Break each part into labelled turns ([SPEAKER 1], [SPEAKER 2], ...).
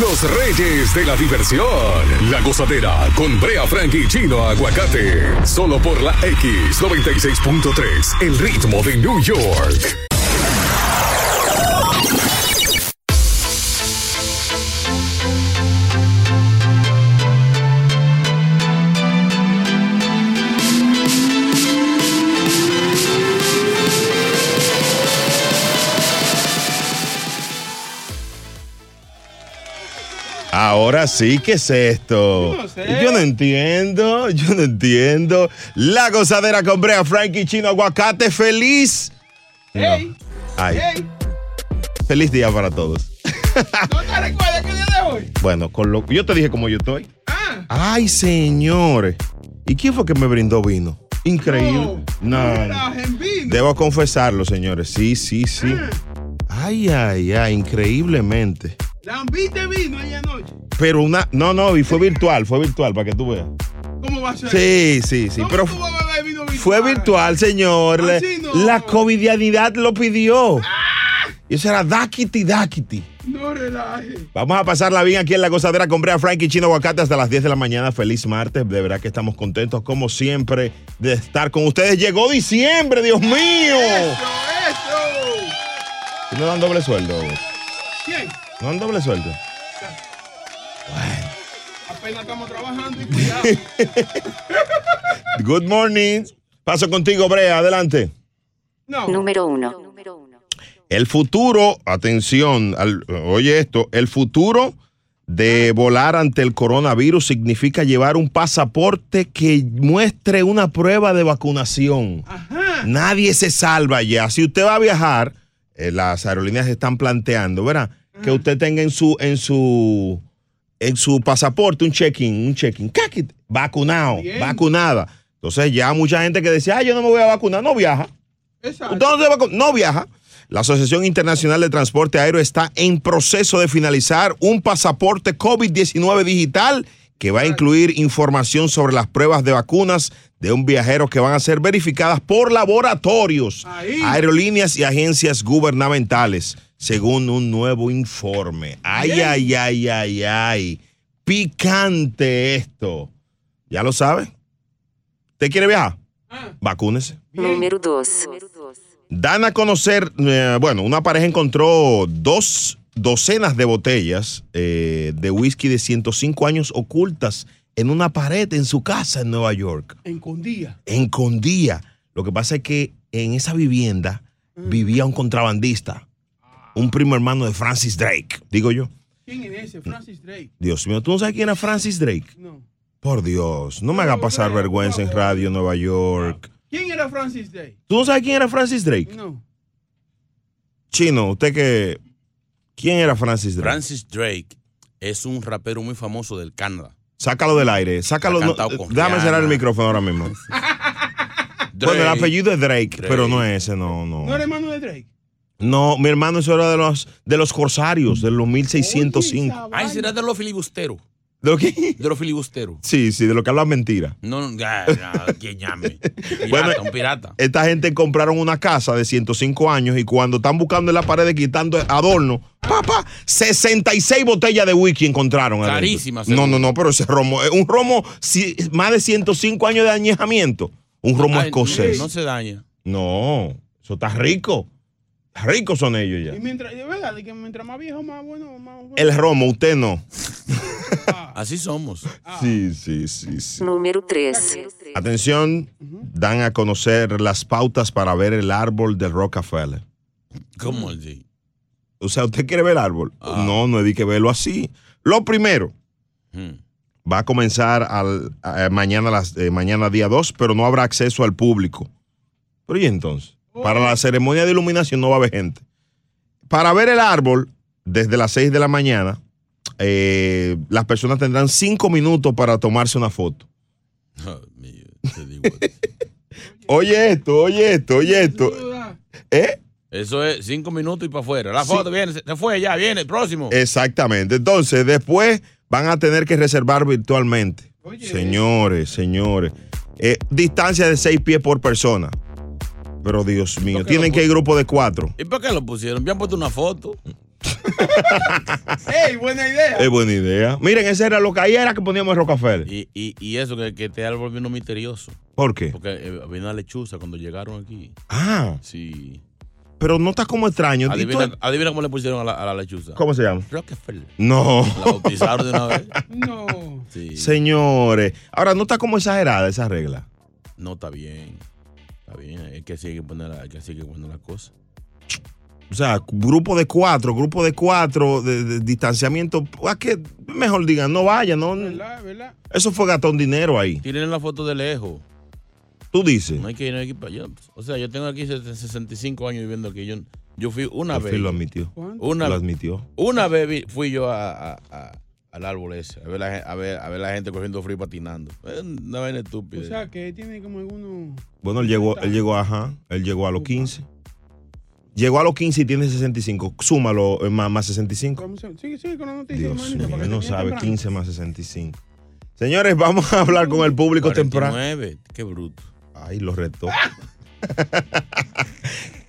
[SPEAKER 1] Los reyes de la diversión. La gozadera con Brea Frank y Chino Aguacate. Solo por la X96.3. El ritmo de New York.
[SPEAKER 2] Ahora sí, ¿qué es esto? Yo no, sé. yo no entiendo, yo no entiendo. La gozadera con Brea Frankie Chino Aguacate, feliz.
[SPEAKER 3] Hey,
[SPEAKER 2] no. Ay. Hey. Feliz día para todos.
[SPEAKER 3] ¿No te recuerdas qué día de hoy?
[SPEAKER 2] Bueno, con lo, yo te dije cómo yo estoy.
[SPEAKER 3] Ah.
[SPEAKER 2] Ay, señores. ¿Y quién fue que me brindó vino? Increíble.
[SPEAKER 3] No. no. Vino. Mm.
[SPEAKER 2] Debo confesarlo, señores. Sí, sí, sí. Ah. Ay, ay, ay, increíblemente.
[SPEAKER 3] Lambiste vino ayer anoche.
[SPEAKER 2] Pero una. No, no, y fue virtual, fue virtual, para que tú veas.
[SPEAKER 3] ¿Cómo va a ser?
[SPEAKER 2] Sí, sí, sí.
[SPEAKER 3] ¿Cómo
[SPEAKER 2] pero
[SPEAKER 3] tú vas a beber vino virtual?
[SPEAKER 2] fue virtual, señor.
[SPEAKER 3] Así no.
[SPEAKER 2] La covidianidad lo pidió.
[SPEAKER 3] ¡Ah!
[SPEAKER 2] Y eso era Dakiti Dakiti.
[SPEAKER 3] No relaje.
[SPEAKER 2] Vamos a pasarla bien aquí en la gozadera con Brea Frankie Chino Aguacate hasta las 10 de la mañana. Feliz martes. De verdad que estamos contentos, como siempre, de estar con ustedes. Llegó diciembre, Dios mío.
[SPEAKER 3] ¡Eh! ¡Eso,
[SPEAKER 2] eso! ¿No dan doble sueldo?
[SPEAKER 3] ¿Quién?
[SPEAKER 2] ¿No dan doble sueldo?
[SPEAKER 3] Bueno. Apenas estamos trabajando y cuidado.
[SPEAKER 2] Good morning. Paso contigo, Brea. Adelante.
[SPEAKER 3] No.
[SPEAKER 4] Número uno.
[SPEAKER 2] El futuro, atención, al- oye esto, el futuro de volar ante el coronavirus significa llevar un pasaporte que muestre una prueba de vacunación.
[SPEAKER 3] Ajá.
[SPEAKER 2] Nadie se salva ya. Si usted va a viajar, eh, las aerolíneas están planteando, ¿verdad? Que usted tenga en su, en su, en su pasaporte un check-in, un check-in, ¡caquit! vacunado,
[SPEAKER 3] Bien.
[SPEAKER 2] vacunada. Entonces ya mucha gente que decía, ah, yo no me voy a vacunar, no viaja.
[SPEAKER 3] Exacto.
[SPEAKER 2] Usted no se vacu- no viaja. La Asociación Internacional de Transporte Aéreo está en proceso de finalizar un pasaporte COVID-19 digital que va a incluir información sobre las pruebas de vacunas de un viajero que van a ser verificadas por laboratorios,
[SPEAKER 3] Ahí.
[SPEAKER 2] aerolíneas y agencias gubernamentales, según un nuevo informe. Ay,
[SPEAKER 3] Bien.
[SPEAKER 2] ay, ay, ay, ay. Picante esto. ¿Ya lo sabe? ¿Usted quiere viajar?
[SPEAKER 3] Ah,
[SPEAKER 2] Vacúnese.
[SPEAKER 3] bien.
[SPEAKER 4] Número 2.
[SPEAKER 2] Dan a conocer, eh, bueno, una pareja encontró dos docenas de botellas eh, de whisky de 105 años ocultas en una pared en su casa en Nueva York,
[SPEAKER 3] Encondía.
[SPEAKER 2] en Condía. Lo que pasa es que en esa vivienda vivía un contrabandista, un primo hermano de Francis Drake, digo yo.
[SPEAKER 3] ¿Quién es ese? Francis Drake.
[SPEAKER 2] Dios mío, ¿tú no sabes quién era Francis Drake?
[SPEAKER 3] No.
[SPEAKER 2] Por Dios, no me haga pasar vergüenza en Radio Nueva York.
[SPEAKER 3] ¿Quién era Francis Drake?
[SPEAKER 2] ¿Tú no sabes quién era Francis Drake?
[SPEAKER 3] No.
[SPEAKER 2] Chino, usted que. ¿Quién era Francis Drake?
[SPEAKER 5] Francis Drake es un rapero muy famoso del Canadá.
[SPEAKER 2] Sácalo del aire. Sácalo.
[SPEAKER 5] Ha
[SPEAKER 2] no-
[SPEAKER 5] cantado con
[SPEAKER 2] déjame cerrar
[SPEAKER 5] Rihanna.
[SPEAKER 2] el micrófono ahora mismo.
[SPEAKER 5] Drake,
[SPEAKER 2] Bueno, el apellido es Drake,
[SPEAKER 5] Drake.
[SPEAKER 2] pero no es ese, no, no.
[SPEAKER 3] ¿No era hermano de Drake?
[SPEAKER 2] No, mi hermano, eso era de los, de los corsarios, de los 1605.
[SPEAKER 5] Ay, será de los filibusteros.
[SPEAKER 2] ¿De lo que?
[SPEAKER 5] De los filibusteros.
[SPEAKER 2] Sí, sí, de lo que hablan mentira.
[SPEAKER 5] No, no, ah, no, ¿quién llame? Pirata,
[SPEAKER 2] Bueno,
[SPEAKER 5] un pirata.
[SPEAKER 2] Esta gente compraron una casa de 105 años y cuando están buscando en la pared quitando adorno, papá, 66 botellas de whisky encontraron. adentro.
[SPEAKER 5] Carísimas,
[SPEAKER 2] No,
[SPEAKER 5] seguro.
[SPEAKER 2] no, no, pero ese romo, es un romo si- más de 105 años de añejamiento. Un romo
[SPEAKER 5] Ay,
[SPEAKER 2] escocés.
[SPEAKER 5] No, no se daña.
[SPEAKER 2] No, eso está rico. Ricos son ellos
[SPEAKER 3] Y
[SPEAKER 2] ya.
[SPEAKER 3] mientras, de verdad, de que mientras más viejo, más bueno, más bueno.
[SPEAKER 2] El romo, usted no.
[SPEAKER 5] Así somos.
[SPEAKER 2] Sí, sí, sí, sí.
[SPEAKER 4] Número 3.
[SPEAKER 2] Atención, dan a conocer las pautas para ver el árbol de Rockefeller.
[SPEAKER 5] ¿Cómo así?
[SPEAKER 2] Mm. O sea, ¿usted quiere ver el árbol?
[SPEAKER 5] Ah.
[SPEAKER 2] No, no hay que verlo así. Lo primero,
[SPEAKER 5] Hmm.
[SPEAKER 2] va a comenzar al, a- mañana, a las, eh, mañana día 2, pero no habrá acceso al público. Pero ¿y entonces? Para la ceremonia de iluminación no va a haber gente. Para ver el árbol desde las 6 de la mañana, eh, las personas tendrán 5 minutos para tomarse una foto.
[SPEAKER 5] Oh, Mío,
[SPEAKER 2] Oye esto, oye esto, oye esto. ¿Eh?
[SPEAKER 5] Eso es cinco minutos y para afuera. La
[SPEAKER 2] Sí. Eh.
[SPEAKER 5] foto viene, se se fue ya, viene, próximo.
[SPEAKER 2] Exactamente. Entonces, después van a tener que reservar virtualmente.
[SPEAKER 3] Oye.
[SPEAKER 2] Señores, señores. Eh, distancia de 6 pies por persona. Pero Dios mío,
[SPEAKER 5] que
[SPEAKER 2] tienen
[SPEAKER 5] lo
[SPEAKER 2] que ir grupo de 4.
[SPEAKER 5] ¿Y por qué lo pusieron? Me han puesto una foto.
[SPEAKER 3] ¡Ey, buena idea!
[SPEAKER 2] Es buena idea. Miren, esa era lo que ahí era que poníamos en Rockefeller.
[SPEAKER 5] Y, y, y eso que, que te está volviendo misterioso.
[SPEAKER 2] ¿Por qué?
[SPEAKER 5] Porque eh, había una lechuza cuando llegaron aquí.
[SPEAKER 2] Ah,
[SPEAKER 5] Sí.
[SPEAKER 2] pero no está como extraño. ¿Y tú-
[SPEAKER 5] Adivina, adivina cómo le pusieron a la, a la lechuza.
[SPEAKER 2] ¿Cómo se llama?
[SPEAKER 5] Rockefeller.
[SPEAKER 2] No.
[SPEAKER 5] La bautizaron de una vez.
[SPEAKER 3] No.
[SPEAKER 5] Sí.
[SPEAKER 2] Señores, ahora no está como exagerada esa regla.
[SPEAKER 5] No, está bien. Está bien. Es que así hay que poner, la- es que así hay que poner las cosas.
[SPEAKER 2] O sea, grupo de cuatro, grupo de cuatro, de, de distanciamiento. Es que mejor digan, no vayan, no.
[SPEAKER 3] ¿Verdad? ¿Verdad?
[SPEAKER 2] Eso fue gatón dinero ahí.
[SPEAKER 5] Tienen la foto de lejos.
[SPEAKER 2] Tú dices.
[SPEAKER 5] No hay que ir, no hay que ir para allá. O sea, yo tengo aquí 65 años viviendo aquí. Yo, yo fui una
[SPEAKER 2] Al fin
[SPEAKER 5] vez.
[SPEAKER 2] lo admitió.
[SPEAKER 3] ¿Cuánto?
[SPEAKER 5] Una,
[SPEAKER 2] Lo admitió.
[SPEAKER 5] una vez vi- fui yo a, a- a- al árbol ese, a ver, la, gen- a, ver, a ver la gente cogiendo frío y patinando. Es una vaina estúpida.
[SPEAKER 3] O sea, que tiene como algunos...
[SPEAKER 2] Bueno, él llegó, él llegó, ajá. Él llegó a los 15. Llegó a los 15 y tiene 65. Súmalo eh, más, más 65.
[SPEAKER 3] ¿cómo se- Sigue, sigue con la noticia,
[SPEAKER 2] Dios
[SPEAKER 3] hermanito,
[SPEAKER 2] mío,
[SPEAKER 3] para que
[SPEAKER 2] él no
[SPEAKER 3] termine
[SPEAKER 2] sabe.
[SPEAKER 3] temprano.
[SPEAKER 2] 15 más 65. Señores, vamos a hablar con el público temprano.
[SPEAKER 5] 49, qué bruto. Ah.
[SPEAKER 2] Ay, lo retó.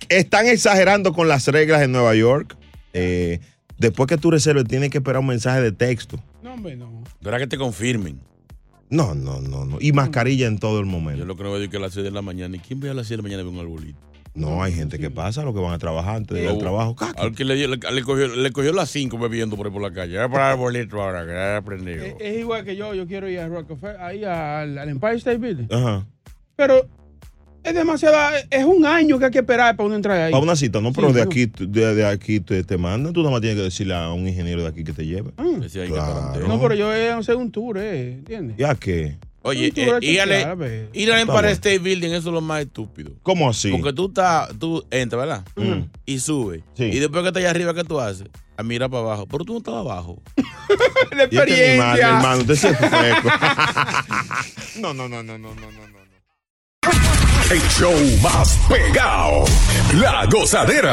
[SPEAKER 2] Están exagerando con las reglas en Nueva York. Eh, después que tú reserves, tienes que esperar un mensaje de texto.
[SPEAKER 3] No, hombre, no.
[SPEAKER 5] ¿Verdad que te confirmen?
[SPEAKER 2] No, no, no, no.
[SPEAKER 3] Mm.
[SPEAKER 2] Y mascarilla en todo el
[SPEAKER 5] Yo
[SPEAKER 2] momento.
[SPEAKER 5] lo que no veo es que a las 6 de la mañana. ¿Y quién ve a las 6 de la mañana con un arbolito?
[SPEAKER 2] No, hay gente que pasa, lo que van a trabajar antes de ir al
[SPEAKER 5] Eh,
[SPEAKER 2] trabajo. Caca.
[SPEAKER 5] Al que le, dio- le, le cogió, le cogió las 5 bebiendo por ahí por la calle. Era para el arbolito ahora, que era prendido.
[SPEAKER 2] Eh,
[SPEAKER 3] Es, es igual que yo, yo quiero ir a Rockefeller, ahí al, al Empire State Building.
[SPEAKER 2] Ajá.
[SPEAKER 3] Pero es demasiada, es un año que hay que esperar para uno entrar ahí.
[SPEAKER 2] Para una cita, no, pero
[SPEAKER 3] Sí,
[SPEAKER 2] de
[SPEAKER 3] pero-
[SPEAKER 2] aquí, de, de aquí te, te mandan. Tú nada más tienes que decirle a un ingeniero de aquí que te lleve.
[SPEAKER 3] Mm.
[SPEAKER 5] Decía, hay que
[SPEAKER 2] Claro.
[SPEAKER 5] pararte.
[SPEAKER 3] No, pero yo eh, no sé un tour, eh, ¿entiendes?
[SPEAKER 2] ¿Ya qué?
[SPEAKER 5] Oye,
[SPEAKER 3] Un tour
[SPEAKER 5] eh,
[SPEAKER 3] hecho
[SPEAKER 5] ir al
[SPEAKER 3] claro, ve.
[SPEAKER 5] ir al
[SPEAKER 2] Está
[SPEAKER 5] Empire
[SPEAKER 2] bueno.
[SPEAKER 5] State este Building, eso es lo más estúpido.
[SPEAKER 2] ¿Cómo así?
[SPEAKER 5] Porque tú estás, tú entras, ¿verdad?
[SPEAKER 2] Mm.
[SPEAKER 5] Y subes.
[SPEAKER 2] Sí.
[SPEAKER 5] Y después que estás allá arriba, ¿qué tú haces? A mirar para abajo. Pero tú no estabas abajo.
[SPEAKER 3] La
[SPEAKER 2] Y este es mi madre,
[SPEAKER 3] experiencia.
[SPEAKER 2] hermano, usted sí es fresco. no, no, no, no, no, no, no. no.
[SPEAKER 1] El show más pegado. La gozadera.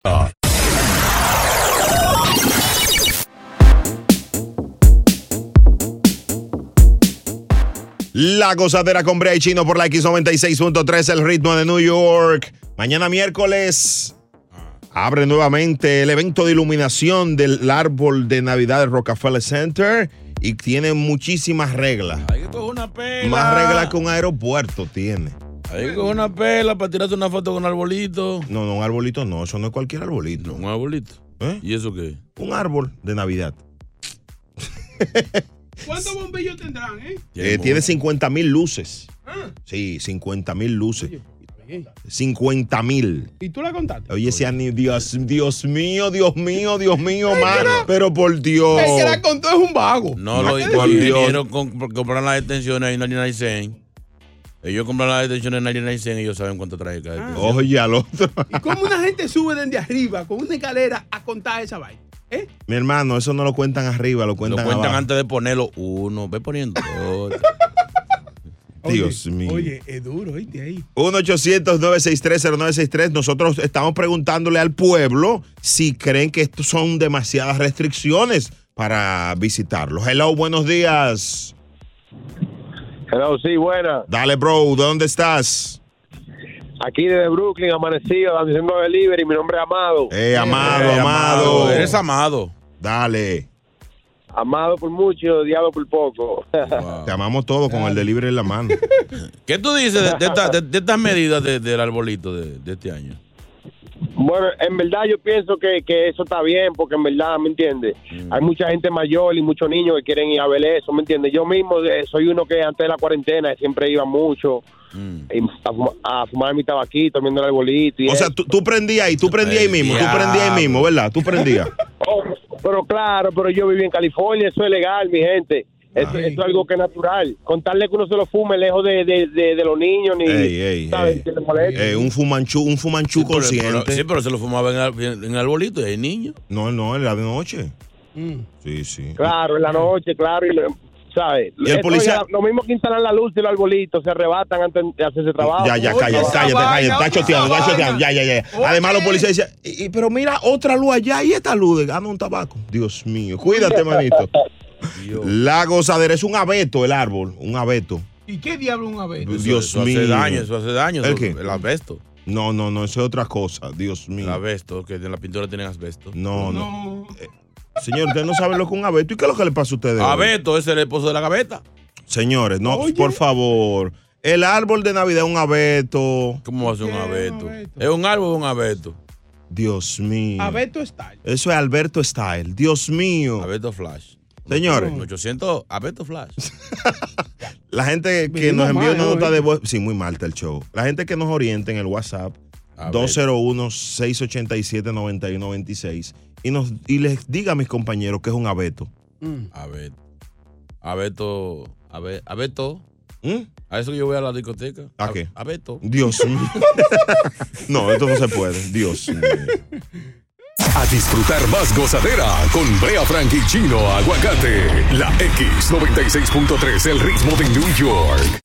[SPEAKER 2] La gozadera con Brea y Chino por la X96.3, el ritmo de New York. Mañana miércoles abre nuevamente el evento de iluminación del árbol de Navidad del Rockefeller Center y tiene muchísimas reglas.
[SPEAKER 5] Hay que coger una pela.
[SPEAKER 2] Más reglas que un aeropuerto tiene.
[SPEAKER 5] Hay
[SPEAKER 2] Mm.
[SPEAKER 5] que coger una pela para tirarte una foto con un arbolito.
[SPEAKER 2] No, no, un arbolito no, eso no es cualquier arbolito.
[SPEAKER 5] No, un arbolito.
[SPEAKER 2] ¿Eh?
[SPEAKER 5] ¿Y eso qué?
[SPEAKER 2] Un árbol de Navidad.
[SPEAKER 3] ¿Cuántos bombillos tendrán, eh?
[SPEAKER 2] Eh,
[SPEAKER 5] mo-
[SPEAKER 2] tiene 50 mil luces.
[SPEAKER 3] Ah,
[SPEAKER 2] Sí, 50 mil luces.
[SPEAKER 3] oye, está bien.
[SPEAKER 2] 50 mil.
[SPEAKER 3] ¿Y tú la contaste?
[SPEAKER 2] Oye, ese ani- Dios, Dios mío, Dios mío, Dios mío, mano. Pero por Dios.
[SPEAKER 3] El que la contó es un vago.
[SPEAKER 5] No, los
[SPEAKER 2] por
[SPEAKER 5] los
[SPEAKER 2] Dios.
[SPEAKER 5] ingenieros con- compran las detenciones ahí en 99 cents. Ellos compran las detenciones en 99 cents y ellos saben cuánto trae
[SPEAKER 2] Ah.
[SPEAKER 5] cada detención.
[SPEAKER 2] Oye, al otro.
[SPEAKER 3] ¿Y cómo una gente sube desde arriba con una escalera a contar esa vaina? ¿Eh?
[SPEAKER 2] Mi hermano, eso no lo cuentan arriba, lo
[SPEAKER 5] Lo
[SPEAKER 2] cuentan,
[SPEAKER 5] cuentan
[SPEAKER 2] abajo.
[SPEAKER 5] antes de ponerlo uno. Ve poniendo otro.
[SPEAKER 2] Dios
[SPEAKER 3] Oye,
[SPEAKER 2] mío.
[SPEAKER 3] Oye, es duro, oíste ahí.
[SPEAKER 2] 1-800-963-0963. Nosotros estamos preguntándole al pueblo si creen que esto son demasiadas restricciones para visitarlos. Hello, buenos días.
[SPEAKER 4] Hello, sí, buena.
[SPEAKER 2] Dale, bro, ¿de dónde estás?
[SPEAKER 4] Aquí desde Brooklyn, amanecido, dando siempre delivery. Mi nombre es Amado.
[SPEAKER 2] Eh, amado,
[SPEAKER 5] Eh,
[SPEAKER 2] amado.
[SPEAKER 5] Eres amado.
[SPEAKER 2] Dale.
[SPEAKER 4] Amado por mucho, odiado por poco.
[SPEAKER 5] Wow.
[SPEAKER 2] Te amamos todos con el delivery en la mano.
[SPEAKER 5] ¿Qué tú dices de, de esta- de- de estas medidas de- del arbolito de, de este año?
[SPEAKER 6] Bueno, en verdad yo pienso que, que eso está bien, porque en verdad, ¿me entiendes?
[SPEAKER 5] Mm.
[SPEAKER 6] Hay mucha gente mayor y muchos niños que quieren ir a ver eso, ¿me entiendes? Yo mismo eh, soy uno que antes de la cuarentena siempre iba mucho
[SPEAKER 5] Mm.
[SPEAKER 6] eh, a, fuma- a fumar mi tabaquito, viendo el arbolito. Y
[SPEAKER 2] O sea, tú, tú prendías ahí, tú prendías ahí mismo, tú prendías ahí mismo, ¿verdad? Tú prendías.
[SPEAKER 6] Oh, pero claro, pero yo viví en California, eso es legal, mi gente. Eso, eso es algo que es natural. Contarle que uno se lo fume lejos de, de, de- de los niños ni
[SPEAKER 2] Ey, ey,
[SPEAKER 6] ¿sabes?
[SPEAKER 2] ey.
[SPEAKER 6] que le moleste.
[SPEAKER 2] Eh, un fumanchú, un fumanchú
[SPEAKER 5] Pero- pero-
[SPEAKER 2] consciente.
[SPEAKER 5] sí, pero se lo fumaba en, al- en arbolito, es niño.
[SPEAKER 2] No, no, era de noche. Sí, sí.
[SPEAKER 6] Claro, en la noche, claro, y lo- ¿sabes?
[SPEAKER 2] ¿Y el
[SPEAKER 6] Eso,
[SPEAKER 2] policía?
[SPEAKER 6] ya, lo mismo que instalan la luz y los arbolitos, se arrebatan antes de hacer ese trabajo.
[SPEAKER 2] Ya, ya, cállate,
[SPEAKER 7] esa
[SPEAKER 2] cállate,
[SPEAKER 7] vaina,
[SPEAKER 2] cállate. Está
[SPEAKER 7] oye,
[SPEAKER 2] choteando,
[SPEAKER 7] esa
[SPEAKER 2] está choteando. Ya,
[SPEAKER 7] vaina.
[SPEAKER 2] ya, ya.
[SPEAKER 7] Oye.
[SPEAKER 2] Además, los policías decían, "Y- y- pero mira, otra luz allá y esta luz de gana un tabaco. Dios mío, cuídate, manito. La gozadera es un abeto el árbol, un abeto.
[SPEAKER 7] ¿Y qué diablo un abeto?
[SPEAKER 5] Eso-
[SPEAKER 2] Dios
[SPEAKER 5] eso
[SPEAKER 2] mío. Eh.
[SPEAKER 5] hace daño, eso hace daño.
[SPEAKER 2] ¿El
[SPEAKER 5] eso-
[SPEAKER 2] qué?
[SPEAKER 5] el asbesto.
[SPEAKER 2] No, no, no, eso es otra cosa, Dios
[SPEAKER 5] El
[SPEAKER 2] mío.
[SPEAKER 5] asbesto, que en la pintura tienen asbesto.
[SPEAKER 2] Mm. No, no.
[SPEAKER 7] No.
[SPEAKER 2] Señor, usted no sabe lo que es un abeto. ¿Y qué es lo que le pasa a ustedes? hoy?
[SPEAKER 5] Abeto es el esposo de la gaveta.
[SPEAKER 2] Señores, no,
[SPEAKER 7] Oye.
[SPEAKER 2] por favor. El árbol de Navidad es un abeto.
[SPEAKER 5] ¿Cómo va a ser un
[SPEAKER 7] ¿Qué es un
[SPEAKER 5] abeto?
[SPEAKER 7] abeto?
[SPEAKER 5] ¿Es un árbol o un abeto?
[SPEAKER 2] Dios mío.
[SPEAKER 7] Abeto está.
[SPEAKER 2] Eso es Alberto Style. Dios mío.
[SPEAKER 5] Abeto Flash.
[SPEAKER 2] Señores.
[SPEAKER 5] 800 Mm. Abeto Flash.
[SPEAKER 2] La gente que
[SPEAKER 7] Vinimos
[SPEAKER 2] nos envió
[SPEAKER 7] mal,
[SPEAKER 2] una
[SPEAKER 7] ¿eh,
[SPEAKER 2] nota
[SPEAKER 7] hoy?
[SPEAKER 2] de voz. Sí, muy mal está el show. La gente que nos orienta en el WhatsApp.
[SPEAKER 5] A ver.
[SPEAKER 2] 201-687-9196. Y, nos, y les diga a mis compañeros que es un abeto. Mm.
[SPEAKER 5] Abeto. Abeto. Abe- Abeto.
[SPEAKER 2] ¿Mm?
[SPEAKER 5] A eso que yo voy a la discoteca.
[SPEAKER 2] ¿A qué?
[SPEAKER 5] Abeto.
[SPEAKER 2] Dios mío. no, esto no se puede. Dios mío.
[SPEAKER 1] A disfrutar más gozadera con Brea Frank y Chino Aguacate. La X96.3, el ritmo de New York.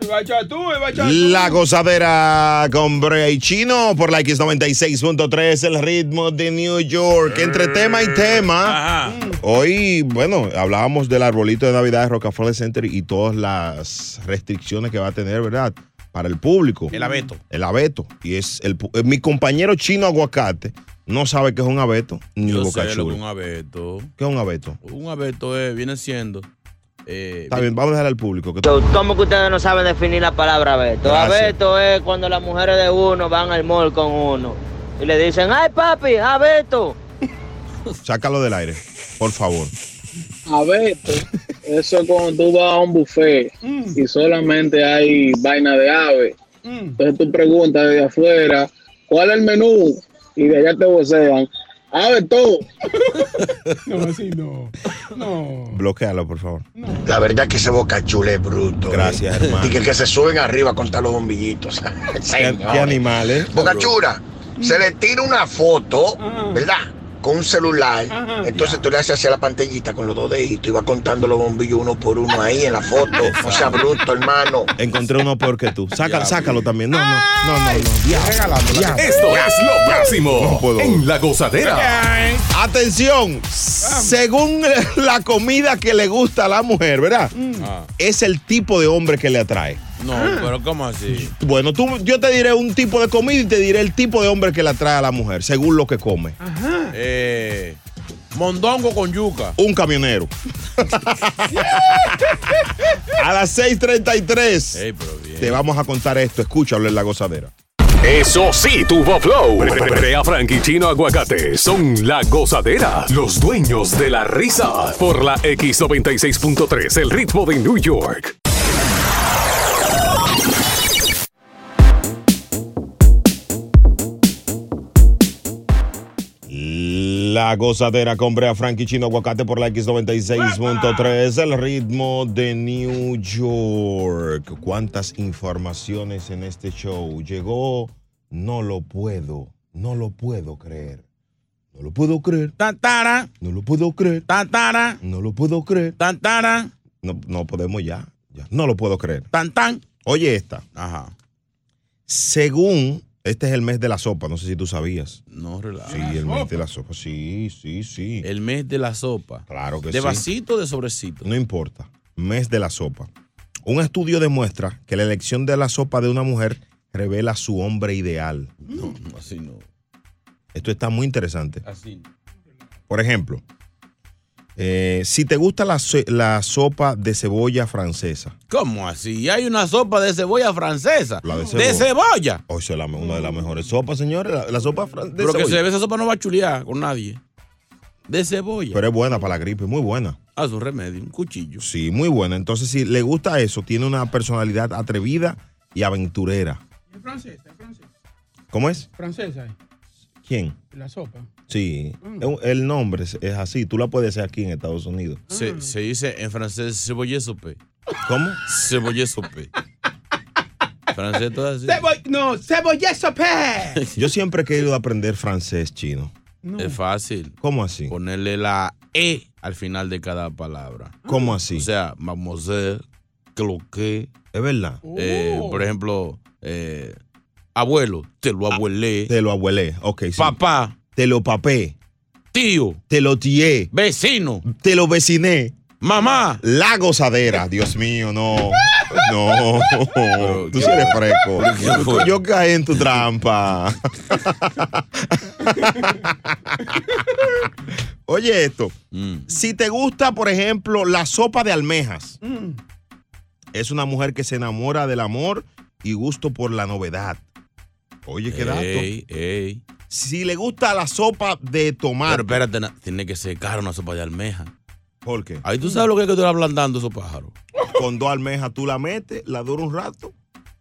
[SPEAKER 7] El bachatú, el bachatú.
[SPEAKER 2] La gozadera con Brea y Chino por la X96.3, el ritmo de New York. Entre tema y tema.
[SPEAKER 5] Eh. Ajá.
[SPEAKER 2] Hoy, bueno, hablábamos del arbolito de Navidad de Rockefeller Center y todas las restricciones que va a tener, ¿verdad? Para el público.
[SPEAKER 5] El abeto.
[SPEAKER 2] El abeto. Y es el pu- eh, mi compañero chino aguacate no sabe qué es un abeto ni
[SPEAKER 5] Yo sé lo
[SPEAKER 2] boca
[SPEAKER 5] Eh, que es
[SPEAKER 2] chula.
[SPEAKER 5] un abeto.
[SPEAKER 2] ¿Qué es un abeto?
[SPEAKER 5] Un abeto es, viene siendo. eh,
[SPEAKER 2] Está bien, vamos a dejar al público. que-
[SPEAKER 8] ¿Cómo que ustedes no saben definir la palabra abeto?
[SPEAKER 2] Gracias.
[SPEAKER 8] Abeto es cuando las mujeres de uno van al mall con uno y le dicen, ay papi, abeto.
[SPEAKER 2] Sácalo del aire, por favor.
[SPEAKER 3] A ver, eso es cuando tú vas a un buffet y solamente hay vaina de ave. Entonces tú preguntas de afuera, ¿cuál es el menú? Y de allá te vocean, ave todo.
[SPEAKER 7] No, así no. No.
[SPEAKER 2] Bloquealo, por favor.
[SPEAKER 9] La verdad que ese boca chule es bruto.
[SPEAKER 2] Gracias,
[SPEAKER 9] eh.
[SPEAKER 2] hermano.
[SPEAKER 9] Y que el que se suben arriba contra los bombillitos.
[SPEAKER 2] Qué,
[SPEAKER 9] Señores.
[SPEAKER 2] qué animal, ¿eh?
[SPEAKER 9] Boca Chula, se le tira una foto,
[SPEAKER 7] Ajá.
[SPEAKER 9] ¿verdad? Con un celular.
[SPEAKER 7] Ajá.
[SPEAKER 9] Entonces tú le haces hacia la pantallita con los dos deditos y vas contando los bombillos uno por uno ahí en la foto. No sea bruto, hermano.
[SPEAKER 2] Encontré uno peor que tú. Saca,
[SPEAKER 5] Diablo.
[SPEAKER 2] sácalo también. No, no, no, no. no.
[SPEAKER 1] Esto es lo
[SPEAKER 2] No
[SPEAKER 1] máximo
[SPEAKER 2] puedo.
[SPEAKER 1] en La Gozadera.
[SPEAKER 2] Atención, según la comida que le gusta a la mujer, ¿verdad?
[SPEAKER 5] ah,
[SPEAKER 2] Es el tipo de hombre que le atrae.
[SPEAKER 5] no,
[SPEAKER 8] Ah.
[SPEAKER 5] pero ¿cómo así?
[SPEAKER 2] Bueno, tú, yo te diré un tipo de comida y te diré el tipo de hombre que le atrae a la mujer, según lo que come.
[SPEAKER 5] Eh, mondongo con yuca.
[SPEAKER 2] Un camionero. a las 6:33
[SPEAKER 5] Ey, pero bien.
[SPEAKER 2] te vamos a contar esto. Escúchalo en la gozadera.
[SPEAKER 1] Eso sí, tuvo flow. Brea Frank y Chino Aguacate son La Gozadera, los dueños de la risa. Por la X96.3, el ritmo de New York.
[SPEAKER 2] La gozadera con Brea Frank y Chino Aguacate por la X96.3, el ritmo de New York. ¿Cuántas informaciones en este show? Llegó, no lo puedo, no lo puedo creer. No lo puedo creer,
[SPEAKER 5] Tantara,
[SPEAKER 2] no lo puedo creer,
[SPEAKER 5] tantara,
[SPEAKER 2] no lo puedo creer.
[SPEAKER 5] tantara,
[SPEAKER 2] No, no podemos ya, ya, no lo puedo creer.
[SPEAKER 5] tantán.
[SPEAKER 2] Oye esta,
[SPEAKER 5] Ajá.
[SPEAKER 2] según, este es el mes de la sopa, no sé si tú sabías.
[SPEAKER 5] No, relaja.
[SPEAKER 2] Sí, el mes de la sopa, sí, sí, sí.
[SPEAKER 5] El mes de la sopa.
[SPEAKER 2] Claro que
[SPEAKER 5] de
[SPEAKER 2] sí.
[SPEAKER 5] vasito o de sobrecito.
[SPEAKER 2] No importa. Mes de la sopa. Un estudio demuestra que la elección de la sopa de una mujer revela su hombre ideal.
[SPEAKER 5] No, así no.
[SPEAKER 2] Esto está muy interesante.
[SPEAKER 5] Así no.
[SPEAKER 2] Por ejemplo, Eh, si te gusta la, so- la sopa de cebolla francesa.
[SPEAKER 5] ¿Cómo así? Hay una sopa de cebolla francesa.
[SPEAKER 2] La de
[SPEAKER 5] ¿De cebolla?
[SPEAKER 2] O sea, la- una de las mejores sopas, señores. La, la sopa fran- de
[SPEAKER 5] Pero que se
[SPEAKER 2] cebolla.
[SPEAKER 5] ve esa sopa no va a chulear con nadie. De cebolla. Ah,
[SPEAKER 2] Pero es buena para la gripe, muy buena.
[SPEAKER 5] A su remedio, un cuchillo.
[SPEAKER 2] Sí, muy buena. Entonces, si le gusta eso, tiene una personalidad atrevida y aventurera.
[SPEAKER 3] Es francesa, es francesa.
[SPEAKER 2] ¿Cómo es?
[SPEAKER 3] Francesa, eh,
[SPEAKER 2] ¿Quién?
[SPEAKER 3] la sopa.
[SPEAKER 2] Sí.
[SPEAKER 3] Mm.
[SPEAKER 2] Es un- El nombre es, es así. Tú la puedes hacer aquí en Estados Unidos.
[SPEAKER 8] Ah.
[SPEAKER 5] Se, se dice en francés cebolle sope.
[SPEAKER 2] ¿Cómo?
[SPEAKER 5] Cebolle sope. francés todo así.
[SPEAKER 3] Cebo- no, cebolla sopa.
[SPEAKER 2] Yo siempre he querido aprender francés chino.
[SPEAKER 3] No.
[SPEAKER 5] Es fácil.
[SPEAKER 2] ¿Cómo así?
[SPEAKER 5] Ponerle la E al final de cada palabra.
[SPEAKER 2] ¿Cómo así?
[SPEAKER 5] O sea, Ah, mademoiselle, cloqué.
[SPEAKER 2] es verdad.
[SPEAKER 5] Eh,
[SPEAKER 3] Oh.
[SPEAKER 5] por ejemplo, eh, abuelo, te lo abuelé.
[SPEAKER 2] Ah, Te lo abuelé. Ok, sí.
[SPEAKER 5] Papá,
[SPEAKER 2] Te lo papé.
[SPEAKER 5] tío,
[SPEAKER 2] Te lo tié.
[SPEAKER 5] vecino,
[SPEAKER 2] Te lo veciné.
[SPEAKER 5] mamá.
[SPEAKER 2] La gozadera. Dios mío, no. No. Tú
[SPEAKER 5] ¿qué?
[SPEAKER 2] sí eres fresco.
[SPEAKER 5] qué fue?
[SPEAKER 2] Yo caí en tu trampa. Oye esto.
[SPEAKER 5] Mm.
[SPEAKER 2] Si te gusta, por ejemplo, la sopa de almejas,
[SPEAKER 3] Mm.
[SPEAKER 2] es una mujer que se enamora del amor y gusto por la novedad. Oye, qué dato.
[SPEAKER 5] Ey, ey.
[SPEAKER 2] Si le gusta la sopa de tomar,
[SPEAKER 5] Pero espérate, na- tiene que secar una sopa de almeja.
[SPEAKER 2] ¿por qué?
[SPEAKER 5] Ahí tú sabes lo que es que tú ablandando esos pájaros.
[SPEAKER 2] Con dos almejas tú la metes, la dura un rato,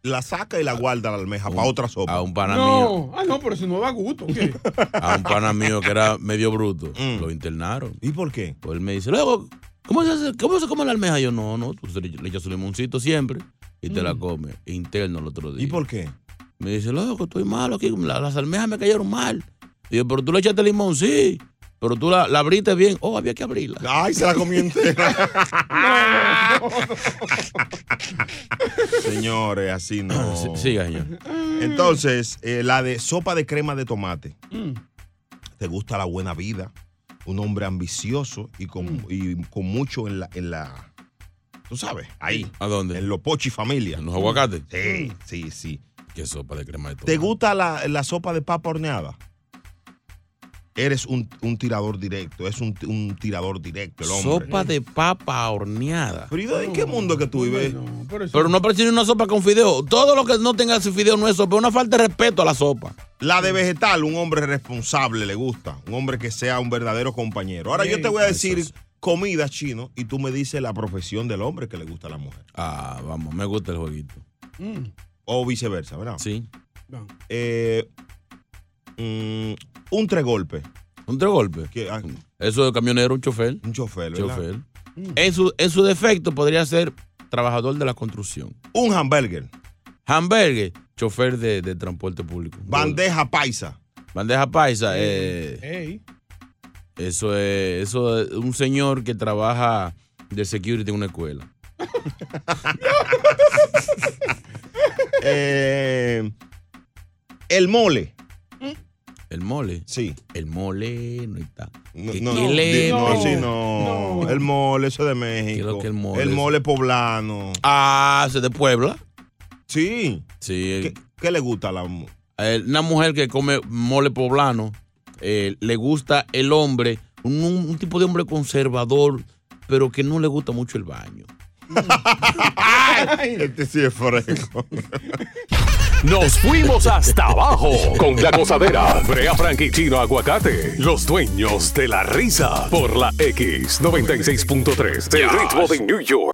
[SPEAKER 2] la saca y la guarda la almeja para otra
[SPEAKER 5] A
[SPEAKER 2] sopa.
[SPEAKER 5] un pana mío,
[SPEAKER 3] No, ah, no, pero eso no da gusto. ¿qué?
[SPEAKER 5] a un pana mío que era medio bruto,
[SPEAKER 2] Mm.
[SPEAKER 5] lo internaron.
[SPEAKER 2] ¿Y por qué?
[SPEAKER 5] Pues él me dice, luego, ¿cómo se, hace- cómo se come la almeja? Yo, no, no, tú se le, le echas su limoncito siempre y te la comes. Interno el otro día.
[SPEAKER 2] Mm. ¿Y por qué?
[SPEAKER 5] Me dice, loco, estoy malo aquí, la- las almejas me cayeron mal. Digo, pero tú le echaste limón, sí. Pero tú la, la abriste bien. Oh, había que abrirla.
[SPEAKER 2] Ay, se la comí entera. Señores, así no.
[SPEAKER 5] Sí, Siga, señor.
[SPEAKER 3] Ah.
[SPEAKER 2] Entonces, eh, la de sopa de crema de tomate.
[SPEAKER 3] Mm.
[SPEAKER 2] Te gusta la buena vida, un hombre ambicioso y con,
[SPEAKER 3] Mm.
[SPEAKER 2] y con mucho en la, en la. Tú sabes, ahí,
[SPEAKER 5] ¿A dónde?
[SPEAKER 2] en los pochi familia.
[SPEAKER 5] ¿En los aguacates?
[SPEAKER 2] Sí, sí, sí.
[SPEAKER 5] Qué sopa de crema de tomate.
[SPEAKER 2] ¿Te gusta la, la sopa de papa horneada? Eres un, un tirador directo, es un, un tirador directo el hombre.
[SPEAKER 5] Sopa de papa horneada.
[SPEAKER 2] Pero ¿y de- ¿en qué mundo que tú vives?
[SPEAKER 3] No, pero eso-
[SPEAKER 5] Pero no parece una sopa con fideo. Todo lo que no tenga su fideo no es sopa. Es una falta de respeto a la sopa.
[SPEAKER 2] La de vegetal, un hombre responsable le gusta, un hombre que sea un verdadero compañero. Ahora yo te voy a decir comida chino y tú me dices la profesión del hombre que le gusta a la mujer.
[SPEAKER 5] Ah, vamos, me gusta el jueguito.
[SPEAKER 3] Mm,
[SPEAKER 2] O viceversa, ¿verdad?
[SPEAKER 5] Sí.
[SPEAKER 3] no.
[SPEAKER 2] Eh, mm, un tres golpe,
[SPEAKER 5] Un tres golpes.
[SPEAKER 2] que, ah,
[SPEAKER 5] Eso de camionero, un chofer.
[SPEAKER 2] un chofer, ¿verdad? Mm.
[SPEAKER 5] Chofer. En su, en su defecto podría ser trabajador de la construcción.
[SPEAKER 2] Un hamburger,
[SPEAKER 5] Hamburger, chofer de, de transporte público.
[SPEAKER 2] bandeja paisa,
[SPEAKER 5] Bandeja paisa. eh,
[SPEAKER 3] Ey,
[SPEAKER 5] eso, es, eso es un señor que trabaja de security en una escuela.
[SPEAKER 2] eh, el mole,
[SPEAKER 3] ¿Eh?
[SPEAKER 5] El mole.
[SPEAKER 2] sí.
[SPEAKER 5] El
[SPEAKER 2] Eh,
[SPEAKER 5] mole no está.
[SPEAKER 2] No,
[SPEAKER 5] ¿Qué
[SPEAKER 2] no,
[SPEAKER 5] quiere?
[SPEAKER 2] di- no,
[SPEAKER 3] No,
[SPEAKER 2] sí, no.
[SPEAKER 3] no.
[SPEAKER 2] El mole, eso de
[SPEAKER 5] Creo
[SPEAKER 2] México.
[SPEAKER 5] que el mole
[SPEAKER 2] el
[SPEAKER 5] es-
[SPEAKER 2] mole poblano.
[SPEAKER 5] Ah, ese de Puebla.
[SPEAKER 2] Sí.
[SPEAKER 5] Sí.
[SPEAKER 2] ¿Qué, qué le gusta a la mu-
[SPEAKER 5] eh, Una mujer que come mole poblano, eh, le gusta el hombre, un, un tipo de hombre conservador, pero que no le gusta mucho el baño.
[SPEAKER 2] Este sí es fresco.
[SPEAKER 1] Nos fuimos hasta abajo con la gozadera. Brea Frank y Chino Aguacate, los dueños de la risa por la X96.3 del Este ritmo de New York.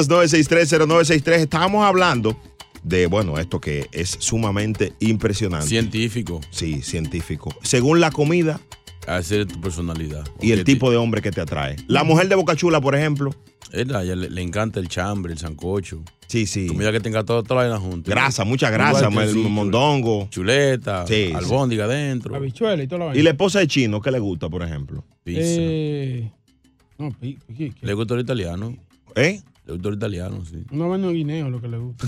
[SPEAKER 2] 1-800-963-0963. Estábamos hablando de, bueno, esto que es sumamente impresionante.
[SPEAKER 5] Científico.
[SPEAKER 2] sí, científico. Según la comida,
[SPEAKER 5] Hacer tu personalidad.
[SPEAKER 2] y el tipo de hombre que te atrae. La mujer de Bocachula, por ejemplo.
[SPEAKER 5] Él, a ella le, le encanta el chambre, el sancocho.
[SPEAKER 2] Sí, sí.
[SPEAKER 5] Comida que tenga toda, toda la vaina junta.
[SPEAKER 2] Grasa, mucha grasa,
[SPEAKER 5] Igual que
[SPEAKER 2] el
[SPEAKER 5] sí,
[SPEAKER 2] mondongo.
[SPEAKER 5] Chuleta,
[SPEAKER 2] Sí, sí.
[SPEAKER 5] albóndiga adentro.
[SPEAKER 3] Habichuela y toda la vaina.
[SPEAKER 2] Y la esposa de chino, ¿qué le gusta, por ejemplo?
[SPEAKER 3] Eh, no, pi- pi-
[SPEAKER 5] Le gusta el italiano.
[SPEAKER 2] ¿Eh?
[SPEAKER 5] Le gusta el italiano, sí.
[SPEAKER 3] una vaina de guineo lo que le gusta.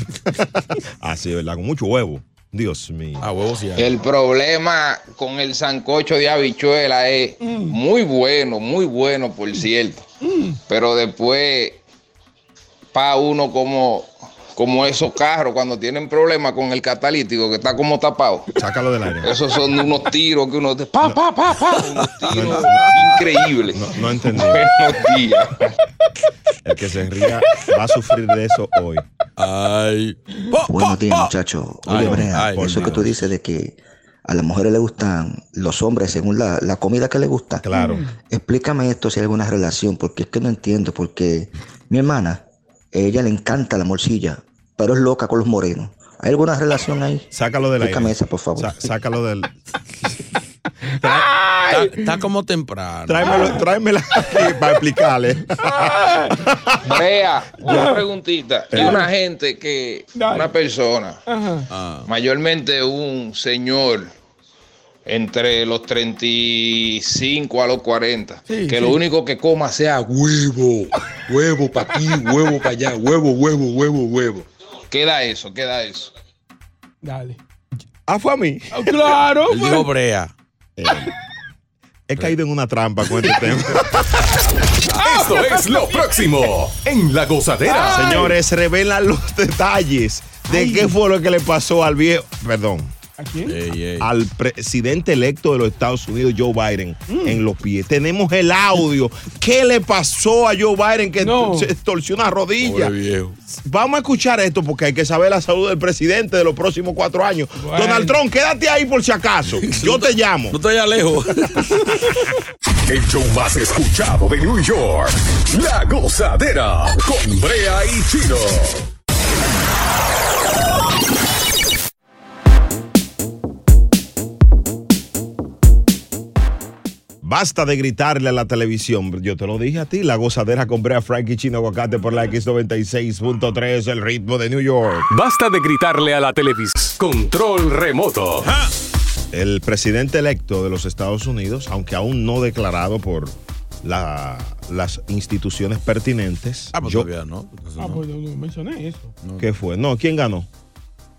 [SPEAKER 2] Así, ¿verdad? Con mucho huevo. Dios mío.
[SPEAKER 5] Ah, huevos sí. hay.
[SPEAKER 10] El problema con el sancocho de habichuela es muy bueno, muy bueno, por cierto. Pero después, pa uno como, como esos carros cuando tienen problemas con el catalítico que está como tapado.
[SPEAKER 2] Sácalo del aire.
[SPEAKER 10] Esos son unos tiros que uno. Pa, pa, pa, pa. Unos tiros increíbles.
[SPEAKER 2] No, no entendí.
[SPEAKER 10] Buenos días.
[SPEAKER 2] El que se ría va a sufrir de eso hoy.
[SPEAKER 5] Ay. Po,
[SPEAKER 11] Buenos
[SPEAKER 5] po,
[SPEAKER 11] días,
[SPEAKER 5] po.
[SPEAKER 11] muchachos.
[SPEAKER 5] Ay,
[SPEAKER 11] Oye, Brea,
[SPEAKER 5] ay,
[SPEAKER 11] eso que tú dices de que a las mujeres les gustan los hombres según la, la comida que les gusta.
[SPEAKER 2] Claro.
[SPEAKER 11] Explícame esto si hay alguna relación, porque es que no entiendo, porque mi hermana, ella le encanta la morcilla, pero es loca con los morenos. ¿Hay alguna relación ahí?
[SPEAKER 2] Sácalo del
[SPEAKER 11] Explícame
[SPEAKER 2] aire.
[SPEAKER 11] esa, por favor.
[SPEAKER 2] Sa- sácalo del.
[SPEAKER 5] Está, está como temprano.
[SPEAKER 2] Tráemelo, tráemela aquí para explicarle.
[SPEAKER 10] Vea, una preguntita. Y una gente que,
[SPEAKER 3] Dale.
[SPEAKER 10] una persona,
[SPEAKER 5] Ah,
[SPEAKER 10] mayormente un señor entre los 35 a los 40,
[SPEAKER 3] Sí,
[SPEAKER 10] que
[SPEAKER 3] sí.
[SPEAKER 10] lo único que coma sea huevo, huevo para aquí, huevo para allá, huevo, huevo, huevo, huevo. Queda eso, queda eso.
[SPEAKER 3] Dale.
[SPEAKER 2] Ah, fue a mí.
[SPEAKER 3] Ah, Claro,
[SPEAKER 5] él
[SPEAKER 3] pues.
[SPEAKER 5] dijo brea.
[SPEAKER 2] Eh. He caído en una trampa con este tema.
[SPEAKER 1] Esto es lo próximo en La Gozadera.
[SPEAKER 2] Señores, revelan los detalles de qué fue lo que le pasó al viejo. Perdón.
[SPEAKER 3] ¿A quién?
[SPEAKER 5] Ey, ey.
[SPEAKER 2] al presidente electo de los Estados Unidos, Joe Biden,
[SPEAKER 3] Mm.
[SPEAKER 2] en los pies. Tenemos el audio. ¿Qué le pasó a Joe Biden que
[SPEAKER 3] No.
[SPEAKER 2] se torció una rodilla?
[SPEAKER 5] Pobre viejo.
[SPEAKER 2] Vamos a escuchar esto porque hay que saber la salud del presidente de los próximos cuatro años.
[SPEAKER 3] Bueno.
[SPEAKER 2] Donald Trump, quédate ahí por si acaso. Yo te llamo.
[SPEAKER 5] No te vayas lejos.
[SPEAKER 1] El show más escuchado de New York. La Gozadera con Brea y Chino.
[SPEAKER 2] Basta de gritarle a la televisión. Yo te lo dije a ti, la gozadera con Brea Frankie Chino Aguacate por la X96.3, el ritmo de New York.
[SPEAKER 1] Basta de gritarle a la televisión. Control remoto.
[SPEAKER 2] El presidente electo de los Estados Unidos, aunque aún no declarado por la- las instituciones pertinentes,
[SPEAKER 5] Ah, pues
[SPEAKER 2] yo-
[SPEAKER 5] todavía no. Entonces,
[SPEAKER 3] Ah,
[SPEAKER 5] no.
[SPEAKER 3] pues yo no mencioné eso.
[SPEAKER 2] ¿qué fue? No, ¿quién ganó?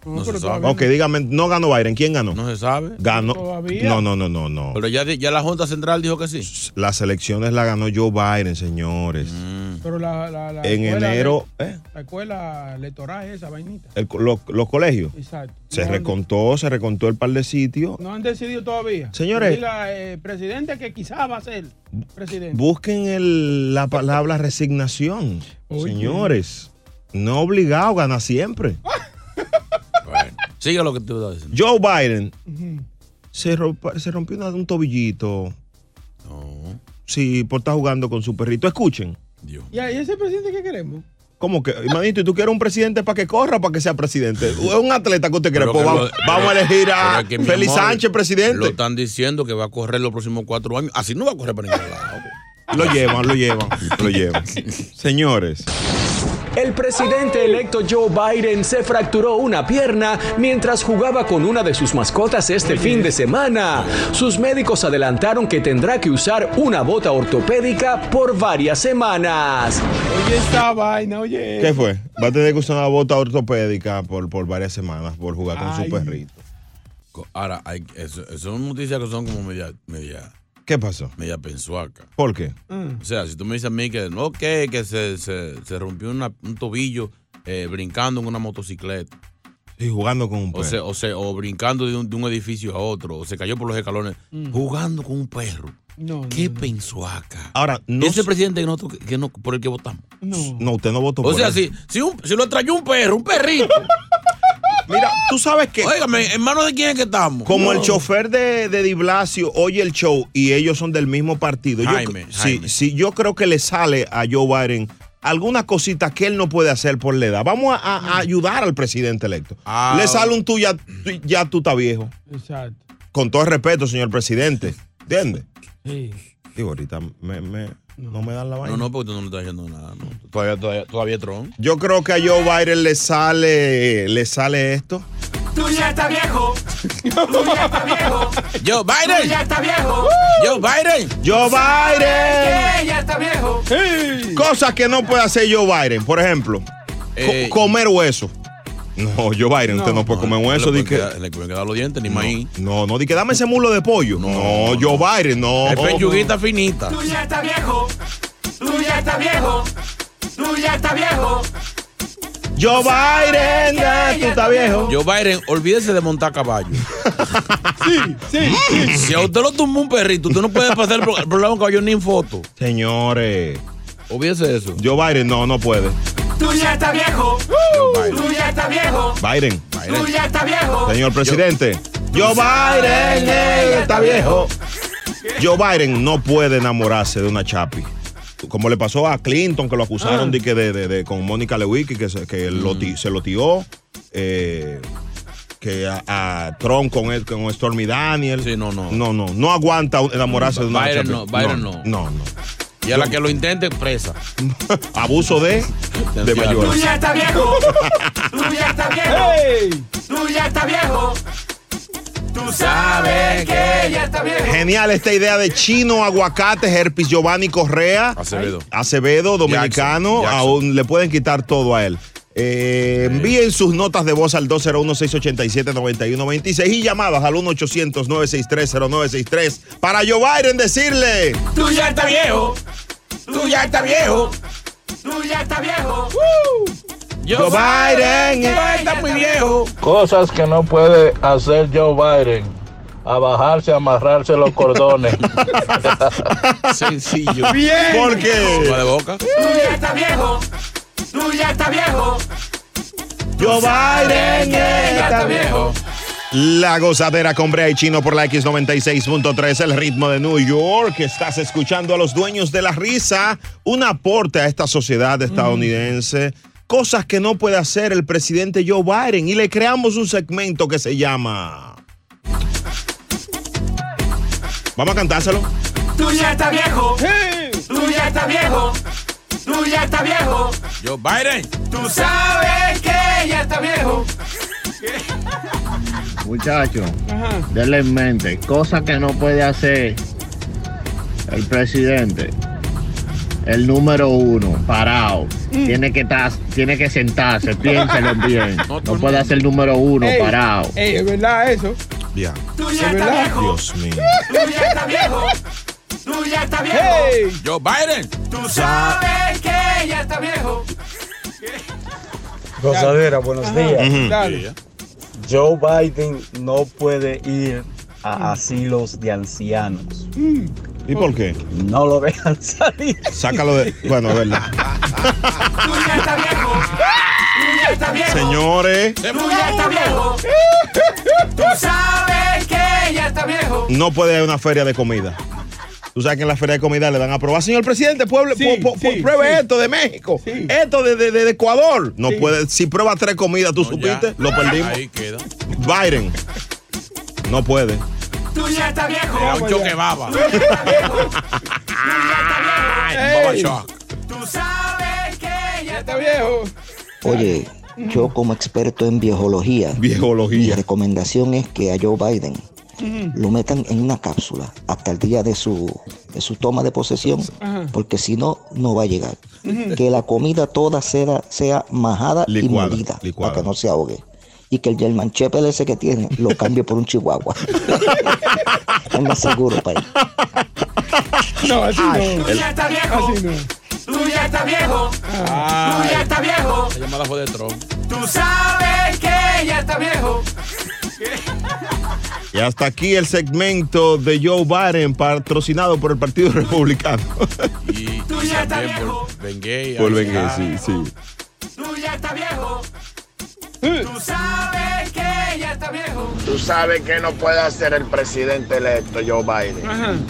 [SPEAKER 3] No,
[SPEAKER 5] No se
[SPEAKER 3] pero
[SPEAKER 5] sabe.
[SPEAKER 3] todavía
[SPEAKER 2] Ok, dígame, no ganó Biden, ¿quién ganó?
[SPEAKER 5] No se sabe.
[SPEAKER 2] Ganó.
[SPEAKER 3] Todavía.
[SPEAKER 2] No, no, no, no, no.
[SPEAKER 5] Pero ya, di- ya la Junta Central dijo que sí.
[SPEAKER 2] Las elecciones la ganó Joe Biden, señores.
[SPEAKER 3] no.
[SPEAKER 5] Mm.
[SPEAKER 3] Pero la, la, la
[SPEAKER 2] En
[SPEAKER 3] escuela
[SPEAKER 2] enero,
[SPEAKER 3] de-
[SPEAKER 2] ¿eh?
[SPEAKER 3] La escuela electoral esa vainita.
[SPEAKER 2] El- los, los colegios.
[SPEAKER 3] Exacto.
[SPEAKER 2] Se
[SPEAKER 3] No han-
[SPEAKER 2] recontó, se recontó el par de sitios.
[SPEAKER 3] No han decidido todavía.
[SPEAKER 2] Señores.
[SPEAKER 3] Diga, eh, presidente que quizás va a ser presidente.
[SPEAKER 2] Busquen el- la palabra resignación,
[SPEAKER 3] Oye.
[SPEAKER 2] señores. No obligado, gana siempre.
[SPEAKER 5] Bueno, sigue lo que tú estás diciendo.
[SPEAKER 2] Joe Biden
[SPEAKER 3] Ujú.
[SPEAKER 2] se, rompa- se rompió una- un tobillito.
[SPEAKER 5] No,
[SPEAKER 2] Sí, por estar jugando con su perrito. Escuchen.
[SPEAKER 5] Dios.
[SPEAKER 3] ¿Y ahí ese presidente que queremos?
[SPEAKER 2] ¿Cómo que, hermanito, y tú quieres un presidente para que corra, para que sea presidente? Es un atleta que usted quiere.
[SPEAKER 5] Pero
[SPEAKER 2] Pues
[SPEAKER 5] que
[SPEAKER 2] vamos,
[SPEAKER 5] lo-
[SPEAKER 2] vamos a elegir
[SPEAKER 5] Pero
[SPEAKER 2] a
[SPEAKER 5] es que, mi
[SPEAKER 2] Félix
[SPEAKER 5] amor,
[SPEAKER 2] Sánchez,
[SPEAKER 5] Lo
[SPEAKER 2] presidente.
[SPEAKER 5] están diciendo que va a correr los próximos cuatro años. Así no va a correr para ningún lado.
[SPEAKER 2] Lo llevan, lo llevan, lo llevan. Señores,
[SPEAKER 12] El presidente electo Joe Biden se fracturó una pierna mientras jugaba con una de sus mascotas este fin de semana. Sus médicos adelantaron que tendrá que usar una bota ortopédica por varias semanas.
[SPEAKER 3] Oye, esta vaina,
[SPEAKER 5] Eh,
[SPEAKER 3] oye.
[SPEAKER 2] ¿qué fue? Va a tener que usar una bota ortopédica por, por varias semanas por jugar con
[SPEAKER 3] Ay.
[SPEAKER 2] su perrito.
[SPEAKER 5] Co- Ahora, hay, eso- eso son noticias que son como media, media,
[SPEAKER 2] ¿Qué pasó?
[SPEAKER 5] media pensuaca.
[SPEAKER 2] ¿Por qué?
[SPEAKER 3] Mm.
[SPEAKER 5] O sea, si tú me dices a mí que no, que, que se, se, se rompió una- un tobillo eh, brincando en una motocicleta,
[SPEAKER 2] Sí, jugando con un
[SPEAKER 5] o,
[SPEAKER 2] perro.
[SPEAKER 5] se, o, se, o brincando de un, de un edificio a otro, o se cayó por los escalones, jugando con un perro.
[SPEAKER 3] Mm. No, no,
[SPEAKER 5] ¡Qué
[SPEAKER 3] no.
[SPEAKER 5] pensuaca!
[SPEAKER 2] Ahora, no,
[SPEAKER 5] Ese
[SPEAKER 2] se-
[SPEAKER 5] presidente que nosotros- que no, por el que votamos.
[SPEAKER 3] No.
[SPEAKER 2] no, usted no votó
[SPEAKER 5] O
[SPEAKER 2] por
[SPEAKER 5] sea,
[SPEAKER 2] él.
[SPEAKER 5] si, si, un- si lo trayó un perro, un perrito.
[SPEAKER 2] Mira, tú sabes que...
[SPEAKER 5] Óigame, ¿en manos de quién es que estamos?
[SPEAKER 2] Como el chofer de, de Di Blasio oye el show y ellos son del mismo partido. Yo-
[SPEAKER 5] Jaime,
[SPEAKER 2] sí,
[SPEAKER 5] Jaime.
[SPEAKER 2] sí, yo creo que le sale a Joe Biden alguna cosita que él no puede hacer por la edad. Vamos a, a- a ayudar al presidente electo.
[SPEAKER 5] Ah.
[SPEAKER 2] le sale un tú ya, tú- ya tú estás viejo.
[SPEAKER 3] Exacto.
[SPEAKER 2] Con todo el respeto, señor presidente. ¿Entiendes? Digo, ahorita me- me- no me dan la vaina.
[SPEAKER 5] No, no, porque tú no le estás diciendo nada. no. Todavía, todavía, todavía Trump.
[SPEAKER 2] Yo creo que a Joe Biden le sale, le sale esto.
[SPEAKER 13] Tú ya estás viejo. Tú ya estás viejo.
[SPEAKER 5] Joe Biden.
[SPEAKER 13] Tú ya estás viejo.
[SPEAKER 5] Joe Biden.
[SPEAKER 2] Joe
[SPEAKER 13] Sabes que
[SPEAKER 2] Biden.
[SPEAKER 13] ya está viejo.
[SPEAKER 2] Cosas que no puede hacer Joe Biden. Por ejemplo, co-
[SPEAKER 5] Eh.
[SPEAKER 2] comer hueso. No, Joe Biden, usted no puede comer hueso. di que-
[SPEAKER 5] Le pueden quedar los dientes, ni maíz.
[SPEAKER 2] no, no, di que dame ese mulo de pollo. No, Joe Biden, no.
[SPEAKER 5] Es pechuguita finita.
[SPEAKER 13] Tú ya estás viejo. Tú ya estás viejo. Tú ya estás viejo.
[SPEAKER 2] Joe Biden, ya, tú estás viejo.
[SPEAKER 5] Joe Biden, olvídese de montar caballo.
[SPEAKER 3] sí, sí,
[SPEAKER 5] Si a usted lo tumbó un perrito, usted no puede pasar el pro- el problema con caballo ni en foto.
[SPEAKER 2] Señores.
[SPEAKER 5] Hubiese eso.
[SPEAKER 2] Joe Biden, no, no puede.
[SPEAKER 13] Tú ya estás viejo. Tú ya estás viejo.
[SPEAKER 2] Biden.
[SPEAKER 13] Tú ya estás viejo.
[SPEAKER 2] Señor presidente. Joe Biden, eh, está viejo. Joe Biden no puede enamorarse de una chapi. Como le pasó a Clinton, que lo
[SPEAKER 5] Ah.
[SPEAKER 2] acusaron de que de, de- de- con Mónica Lewicki, que, se, que
[SPEAKER 5] Mm.
[SPEAKER 2] lo ti- se lo tiró. eh, que a, a Trump con, él, con Stormy Daniel. no, no. No, no. No aguanta enamorarse de una
[SPEAKER 5] Biden
[SPEAKER 2] chapi.
[SPEAKER 5] no, Biden no.
[SPEAKER 2] No, no.
[SPEAKER 5] Y a la que lo intente, presa.
[SPEAKER 2] Abuso de, de mayor.
[SPEAKER 13] Tú ya estás viejo. Tú ya estás viejo. Tú ya estás viejo. Tú sabes que ya está viejo.
[SPEAKER 2] Genial esta idea de Chino, Aguacate, Herpes Giovanni Correa.
[SPEAKER 5] Acevedo.
[SPEAKER 2] Acevedo, dominicano. Aún le pueden quitar todo a él. Eh, envíen sus notas de voz al 201-687-9126 y llamadas al 1-800-963-0963 para Joe Biden decirle:
[SPEAKER 13] Tú ya estás viejo. Tú ya estás viejo. Tú ya estás viejo.
[SPEAKER 5] Joe
[SPEAKER 13] Biden.
[SPEAKER 5] Está muy viejo.
[SPEAKER 14] Cosas que no puede hacer Joe Biden. Abajarse, amarrarse los cordones.
[SPEAKER 5] Sencillo.
[SPEAKER 13] Bien. ¿Por qué?
[SPEAKER 5] Boca de boca.
[SPEAKER 13] Tú ya estás viejo. Tú ya estás viejo.
[SPEAKER 2] Joe Biden
[SPEAKER 13] Ya está viejo.
[SPEAKER 2] La gozadera con Brea y Chino por la X96.3, el ritmo de New York. Estás escuchando a los dueños de la risa, un aporte a esta sociedad estadounidense. Cosas que no puede hacer el presidente Joe Biden. Y le creamos un segmento que se llama. Vamos a cantárselo.
[SPEAKER 13] Tú ya estás viejo. Tú ya estás viejo. Tú ya estás viejo.
[SPEAKER 5] Joe Biden.
[SPEAKER 13] Tú sabes que ya está viejo.
[SPEAKER 8] Muchachos, denle en mente, cosa que no puede hacer el presidente. El número uno, parado.
[SPEAKER 3] Mm.
[SPEAKER 8] Tiene que estar, tiene que sentarse, piénselo bien. No puede hacer el número uno,
[SPEAKER 3] Ey,
[SPEAKER 8] parado.
[SPEAKER 3] ey, es verdad eso.
[SPEAKER 2] Ya.
[SPEAKER 13] Tú
[SPEAKER 3] Es
[SPEAKER 13] ya estás
[SPEAKER 3] verdad.
[SPEAKER 13] viejo.
[SPEAKER 2] Dios mío.
[SPEAKER 13] Tú ya estás viejo. Tú ya estás viejo.
[SPEAKER 5] Joe Biden.
[SPEAKER 13] Tú sabes que ya está viejo.
[SPEAKER 15] Rosadera, buenos
[SPEAKER 13] Ajá,
[SPEAKER 15] días.
[SPEAKER 13] Ujú. dale.
[SPEAKER 15] Joe Biden no puede ir a asilos de ancianos.
[SPEAKER 2] ¿Y por qué?
[SPEAKER 15] No lo dejan salir.
[SPEAKER 2] Sácalo de. Bueno, es verdad.
[SPEAKER 13] Tú ya estás viejo.
[SPEAKER 2] Señores.
[SPEAKER 13] Tú ya estás viejo. Tú sabes que ya está viejo.
[SPEAKER 2] no puede haber una feria de comida. Tú sabes que en la feria de comida le dan a probar, señor presidente, pueble, po- po- pruebe esto de México, esto de, de- de- de Ecuador. No
[SPEAKER 5] Sí.
[SPEAKER 2] puede, si prueba tres comidas, tú supiste, lo perdimos.
[SPEAKER 5] Ahí queda.
[SPEAKER 2] Biden, no puede.
[SPEAKER 13] Tú ya estás viejo.
[SPEAKER 5] Era un choque baba.
[SPEAKER 13] Tú ya estás viejo.
[SPEAKER 5] Ay, baba
[SPEAKER 13] Ey.
[SPEAKER 5] shock.
[SPEAKER 13] Tú sabes que ya está viejo.
[SPEAKER 11] Oye, yo como experto en biología,
[SPEAKER 2] mi
[SPEAKER 11] recomendación es que a Joe Biden
[SPEAKER 13] Ujú.
[SPEAKER 11] lo metan en una cápsula hasta el día de su, de su toma de posesión,
[SPEAKER 13] Ajá.
[SPEAKER 11] porque si no, no va a llegar.
[SPEAKER 13] Ujú.
[SPEAKER 11] Que la comida toda sea, sea majada
[SPEAKER 2] Licuada,
[SPEAKER 11] y molida para que no se ahogue. Y que el German Shepherd ese que tiene lo cambie por un chihuahua. Tenga seguro, país.
[SPEAKER 13] No, así
[SPEAKER 11] no.
[SPEAKER 13] Tú ya estás viejo. Tú ya estás viejo. Tú ya estás viejo.
[SPEAKER 5] La llamada fue de Trump.
[SPEAKER 13] Tú sabes que ya está viejo.
[SPEAKER 2] Y hasta aquí el segmento de Joe Biden, patrocinado por el Partido Republicano.
[SPEAKER 13] Tú ya estás viejo.
[SPEAKER 5] Benguey.
[SPEAKER 2] Por
[SPEAKER 5] ahí
[SPEAKER 2] vengue,
[SPEAKER 5] está.
[SPEAKER 2] sí, sí.
[SPEAKER 13] Tú ya estás viejo. Tú sabes que ya está viejo.
[SPEAKER 9] Tú sabes que no puede hacer el presidente electo Joe Biden.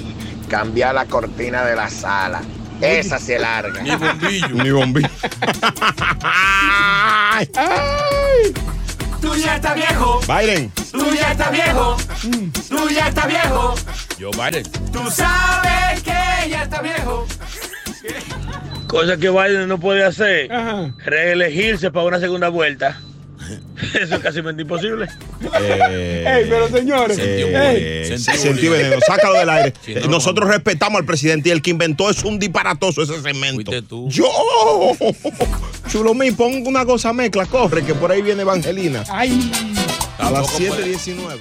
[SPEAKER 9] Cambiar la cortina de la sala. Esa se larga.
[SPEAKER 5] Ni bombillo.
[SPEAKER 2] Ni bombillo.
[SPEAKER 13] Tú ya estás viejo.
[SPEAKER 2] Biden,
[SPEAKER 13] Tú ya estás viejo. Tú ya estás viejo.
[SPEAKER 5] Joe Biden.
[SPEAKER 13] Tú sabes que ya está viejo.
[SPEAKER 16] Cosa que Biden no puede hacer, reelegirse para una segunda vuelta. Eso es casi imposible.
[SPEAKER 3] Ey, pero señores. ey.
[SPEAKER 2] Se sentí veneno, sácalo del aire. Eh, Nosotros respetamos al presidente y el que inventó es un disparatoso ese segmento. Yo, chulo mío, pongo una cosa mezcla, corre, que por ahí viene Evangelina. A las
[SPEAKER 1] Tampoco
[SPEAKER 2] 7.19.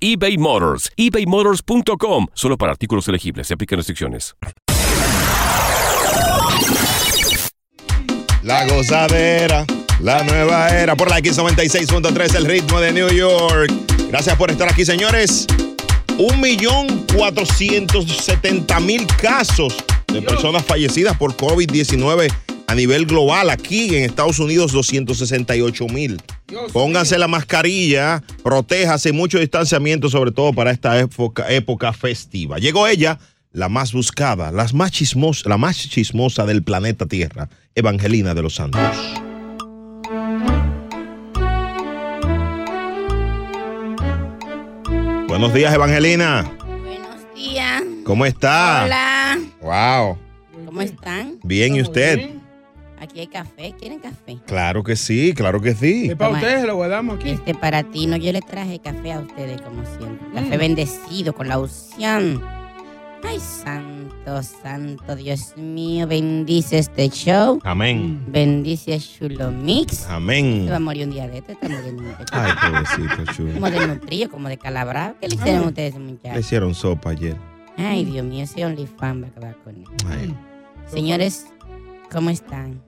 [SPEAKER 17] eBay Motors. ebaymotors.com. Solo para artículos elegibles. Se aplican restricciones.
[SPEAKER 2] La gozadera, la nueva era por la X96.3, el ritmo de New York. Gracias por estar aquí, señores. 1.470.000 casos de personas fallecidas por COVID-19 a nivel global. Aquí en Estados Unidos, 268.000. Pónganse la mascarilla, protéjase, mucho distanciamiento, sobre todo para esta época, época festiva. Llegó ella, la más buscada, la más, chismosa, la más chismosa del planeta Tierra, Evangelina de los Santos. Buenos días, Evangelina.
[SPEAKER 18] días.
[SPEAKER 2] ¿Cómo está?
[SPEAKER 18] Hola.
[SPEAKER 2] Wow.
[SPEAKER 18] ¿Cómo están?
[SPEAKER 2] Bien, ¿y usted?
[SPEAKER 18] Aquí hay café. ¿Quieren café?
[SPEAKER 2] Claro que sí, claro que sí.
[SPEAKER 18] Toma. Este para ti. No, yo le traje café a ustedes, como siempre. Café
[SPEAKER 2] Mm.
[SPEAKER 18] bendecido con la unción. Ay, santo, santo Dios mío. Bendice este show.
[SPEAKER 2] Amén.
[SPEAKER 18] Bendice a Shulomix.
[SPEAKER 2] Amén.
[SPEAKER 18] Se va a morir un día de esto. Está muriendo un día de esto.
[SPEAKER 2] Ay, pobrecito, chulo.
[SPEAKER 18] Como de nutrillo, como de calabrado. ¿Qué le hicieron ustedes, muchachos?
[SPEAKER 2] Le hicieron sopa ayer.
[SPEAKER 18] Ay, Dios mío, ese OnlyFans va a acabar con él. Señores, ¿cómo están?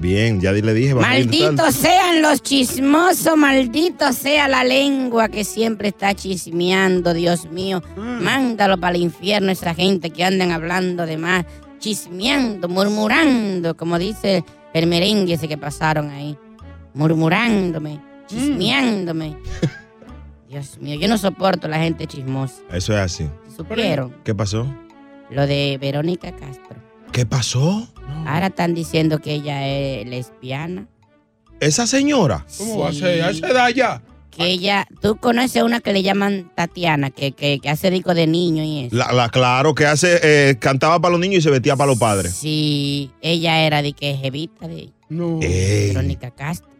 [SPEAKER 2] Bien, ya le dije. Evangelina,
[SPEAKER 18] Malditos sean los chismosos, maldito sea la lengua que siempre está chismeando, Dios mío. Mándalo para el infierno esa gente que andan hablando de más, chismeando, murmurando, como dice el merengue ese que pasaron ahí. Murmurándome, chismeándome. Dios mío, yo no soporto la gente chismosa.
[SPEAKER 2] Eso es así.
[SPEAKER 18] ¿Supieron?
[SPEAKER 2] ¿Qué pasó?
[SPEAKER 18] Lo de Verónica Castro.
[SPEAKER 2] ¿Qué pasó?
[SPEAKER 18] Ahora están diciendo que ella es lesbiana.
[SPEAKER 2] ¿Esa señora?
[SPEAKER 18] ¿Cómo va a ser? ¿A esa edad
[SPEAKER 2] ya?
[SPEAKER 18] Que ella, tú conoces a una que le llaman Tatiana, que, que, que hace disco de niño y eso.
[SPEAKER 2] La, la- claro que hace, eh, cantaba para los niños y se vestía para los padres.
[SPEAKER 18] Sí, ella era de que jevita de
[SPEAKER 3] no.
[SPEAKER 18] Verónica Castro.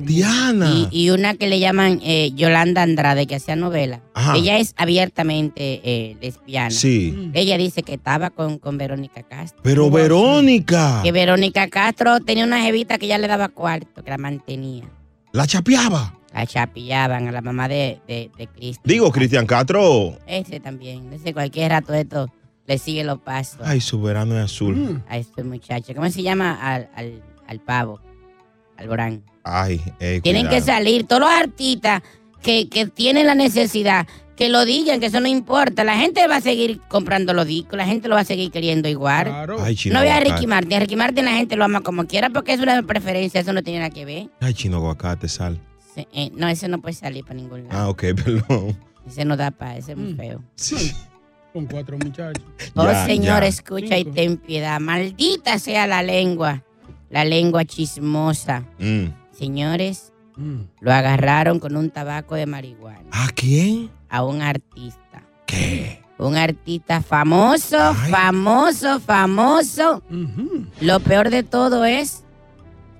[SPEAKER 2] Tatiana.
[SPEAKER 18] Y, y una que le llaman eh, Yolanda Andrade, que hacía novela.
[SPEAKER 2] Ajá.
[SPEAKER 18] Ella es abiertamente eh, lesbiana.
[SPEAKER 2] Sí. Mm.
[SPEAKER 18] Ella dice que estaba con, con Verónica Castro.
[SPEAKER 2] Pero Verónica.
[SPEAKER 18] Que Verónica Castro tenía una jevita que ya le daba cuarto, que la mantenía.
[SPEAKER 2] La chapeaba.
[SPEAKER 18] La chapillaban a la mamá de, de, de Cristo.
[SPEAKER 2] Digo, Cristian Castro.
[SPEAKER 18] Ese también. Ese cualquier rato esto le sigue los pasos
[SPEAKER 2] Ay, su verano es azul.
[SPEAKER 18] a este muchacho. ¿Cómo se llama al, al, al pavo? Al Borán.
[SPEAKER 2] Ay, ey,
[SPEAKER 18] Tienen que
[SPEAKER 2] cuidado.
[SPEAKER 18] salir todos los artistas que, que tienen la necesidad, que lo digan, que eso no importa. La gente va a seguir comprando los discos, la gente lo va a seguir queriendo igual.
[SPEAKER 2] Ay, chino
[SPEAKER 18] no voy a
[SPEAKER 2] aguacate.
[SPEAKER 18] Ricky Martin. A Ricky Martin la gente lo ama como quiera porque es una preferencia, eso no tiene nada que ver.
[SPEAKER 2] Ay, chino aguacate, sal.
[SPEAKER 18] Se- eh, no, ese no puede salir para ningún lado.
[SPEAKER 2] Ah, ok, perdón.
[SPEAKER 18] Ese no da para, ese es muy feo.
[SPEAKER 3] Mm. Con cuatro muchachos.
[SPEAKER 18] Oh,
[SPEAKER 2] Ya,
[SPEAKER 18] Señor,
[SPEAKER 2] ya.
[SPEAKER 18] escucha y ten piedad. Maldita sea la lengua, la lengua chismosa.
[SPEAKER 2] Mm.
[SPEAKER 18] Señores,
[SPEAKER 3] Mm.
[SPEAKER 18] lo agarraron con un tabaco de marihuana.
[SPEAKER 2] ¿A quién?
[SPEAKER 18] A un artista. ¿Qué? Un artista famoso, famoso, famoso. Lo peor de todo es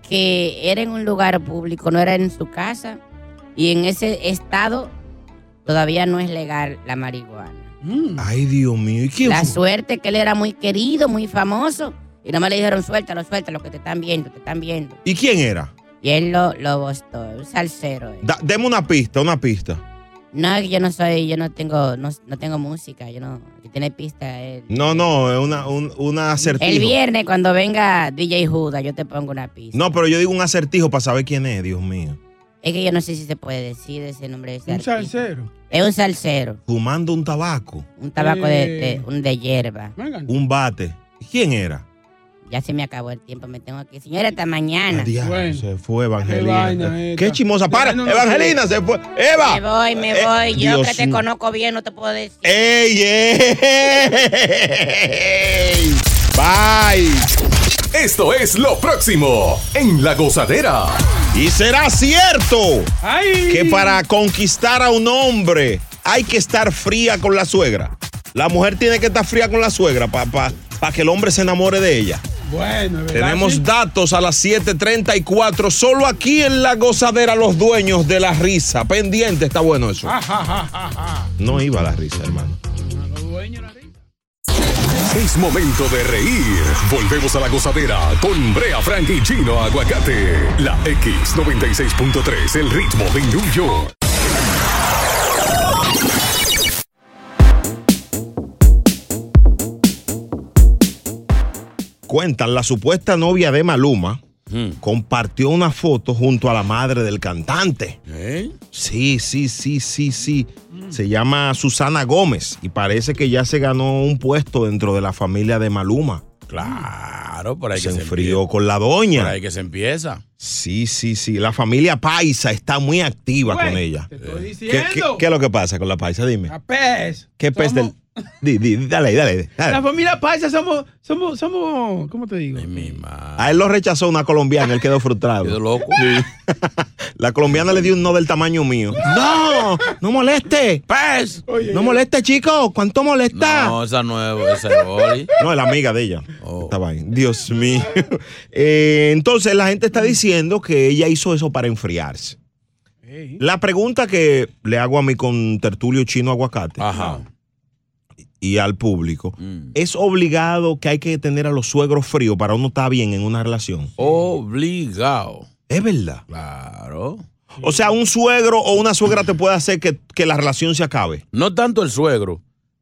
[SPEAKER 18] que era en un lugar público, no era en su casa. Y en ese estado todavía no es legal la marihuana.
[SPEAKER 2] Ay, Dios mío. ¿Y quién
[SPEAKER 18] Mm. La
[SPEAKER 2] fue?
[SPEAKER 18] suerte que él era muy querido, muy famoso. Y nada más le dijeron, suéltalo, suéltalo, que te están viendo, te están viendo.
[SPEAKER 2] ¿Y quién era?
[SPEAKER 18] Y él lo, lo bostó, un salsero. eh.
[SPEAKER 2] Da- deme una pista, una pista.
[SPEAKER 18] No, yo no soy, yo no tengo, no, no tengo música, yo no, que tiene pista él.
[SPEAKER 2] No, no, es una, un, una acertijo.
[SPEAKER 18] El viernes cuando venga DJ Judas, yo te pongo una pista.
[SPEAKER 2] No, pero yo digo un acertijo para saber quién es, Dios mío.
[SPEAKER 18] Es que yo no sé si se puede decir ese nombre de ese
[SPEAKER 3] Un
[SPEAKER 18] artista.
[SPEAKER 3] salsero.
[SPEAKER 18] Es un salsero.
[SPEAKER 2] Fumando un tabaco.
[SPEAKER 18] Un tabaco de,
[SPEAKER 2] Eh.
[SPEAKER 18] de- un de hierba.
[SPEAKER 2] Un bate. ¿Quién era?
[SPEAKER 18] Ya se me acabó el tiempo, me tengo que. Señora, hasta mañana.
[SPEAKER 2] Diablo, Se fue Evangelina.
[SPEAKER 18] vaina
[SPEAKER 2] Qué chimosa. Para,
[SPEAKER 18] no, no,
[SPEAKER 2] Evangelina se fue. Eva.
[SPEAKER 18] Me voy, me
[SPEAKER 2] Eh,
[SPEAKER 18] voy. Yo
[SPEAKER 2] Dios
[SPEAKER 18] que te
[SPEAKER 2] mío.
[SPEAKER 18] conozco bien, no te puedo decir.
[SPEAKER 2] ¡Ey, ey!
[SPEAKER 1] Bye. Esto es lo próximo en La Gozadera.
[SPEAKER 2] Y será cierto que para conquistar a un hombre hay que estar fría con la suegra. La mujer tiene que estar fría con la suegra para que el hombre se enamore de ella.
[SPEAKER 3] ¿Ah, Bueno, es verdad.
[SPEAKER 2] Tenemos datos a las 7:34, solo aquí en La Gozadera, los dueños de la risa. Pendiente, está bueno eso. No iba la risa, hermano.
[SPEAKER 1] Es momento de reír. Volvemos a la gozadera con Brea Frank y Chino Aguacate. La X96.3, el ritmo de New York.
[SPEAKER 2] Cuentan, la supuesta novia de Maluma Mm. compartió una foto junto a la madre del cantante. Sí, sí, sí, sí, sí. Se llama Susana Gómez y parece que ya se ganó un puesto dentro de la familia de Maluma.
[SPEAKER 5] Claro, por ahí
[SPEAKER 2] Se
[SPEAKER 5] que se
[SPEAKER 2] enfrió con la
[SPEAKER 5] empie- Por
[SPEAKER 2] doña.
[SPEAKER 5] ahí que se empieza.
[SPEAKER 2] Sí, sí, sí. La familia Paisa está muy activa
[SPEAKER 5] Güey,
[SPEAKER 2] con ella. Eh, ¿Qué,
[SPEAKER 3] diciendo.
[SPEAKER 2] qué, qué es lo que pasa con la Paisa? Dime.
[SPEAKER 3] Pez.
[SPEAKER 2] ¿Qué pez del...? Di, di, dale, dale,
[SPEAKER 3] La
[SPEAKER 2] dale.
[SPEAKER 3] familia Paisa somos, somos, somos, ¿cómo te digo?
[SPEAKER 2] A él lo rechazó una colombiana, él quedó frustrado. Quedó
[SPEAKER 5] loco.
[SPEAKER 2] La colombiana le dio un no del tamaño mío. ¡No! ¡No moleste! ¡Pez! ¡No moleste, chico! ¿Cuánto molesta?
[SPEAKER 5] No, Oh. esa nueva, esa es Oli.
[SPEAKER 2] No, es la amiga de ella. Esta vaina. Dios mío. Eh, entonces la gente está diciendo que ella hizo eso para enfriarse. La pregunta que le hago a mi contertulio chino aguacate y al público,
[SPEAKER 5] Mm.
[SPEAKER 2] ¿es obligado que hay que tener a los suegros fríos para uno estar bien en una relación?
[SPEAKER 5] Obligado.
[SPEAKER 2] Es verdad.
[SPEAKER 5] Claro.
[SPEAKER 2] O sea, un suegro o una suegra te puede hacer que, que la relación se acabe.
[SPEAKER 5] No tanto el suegro,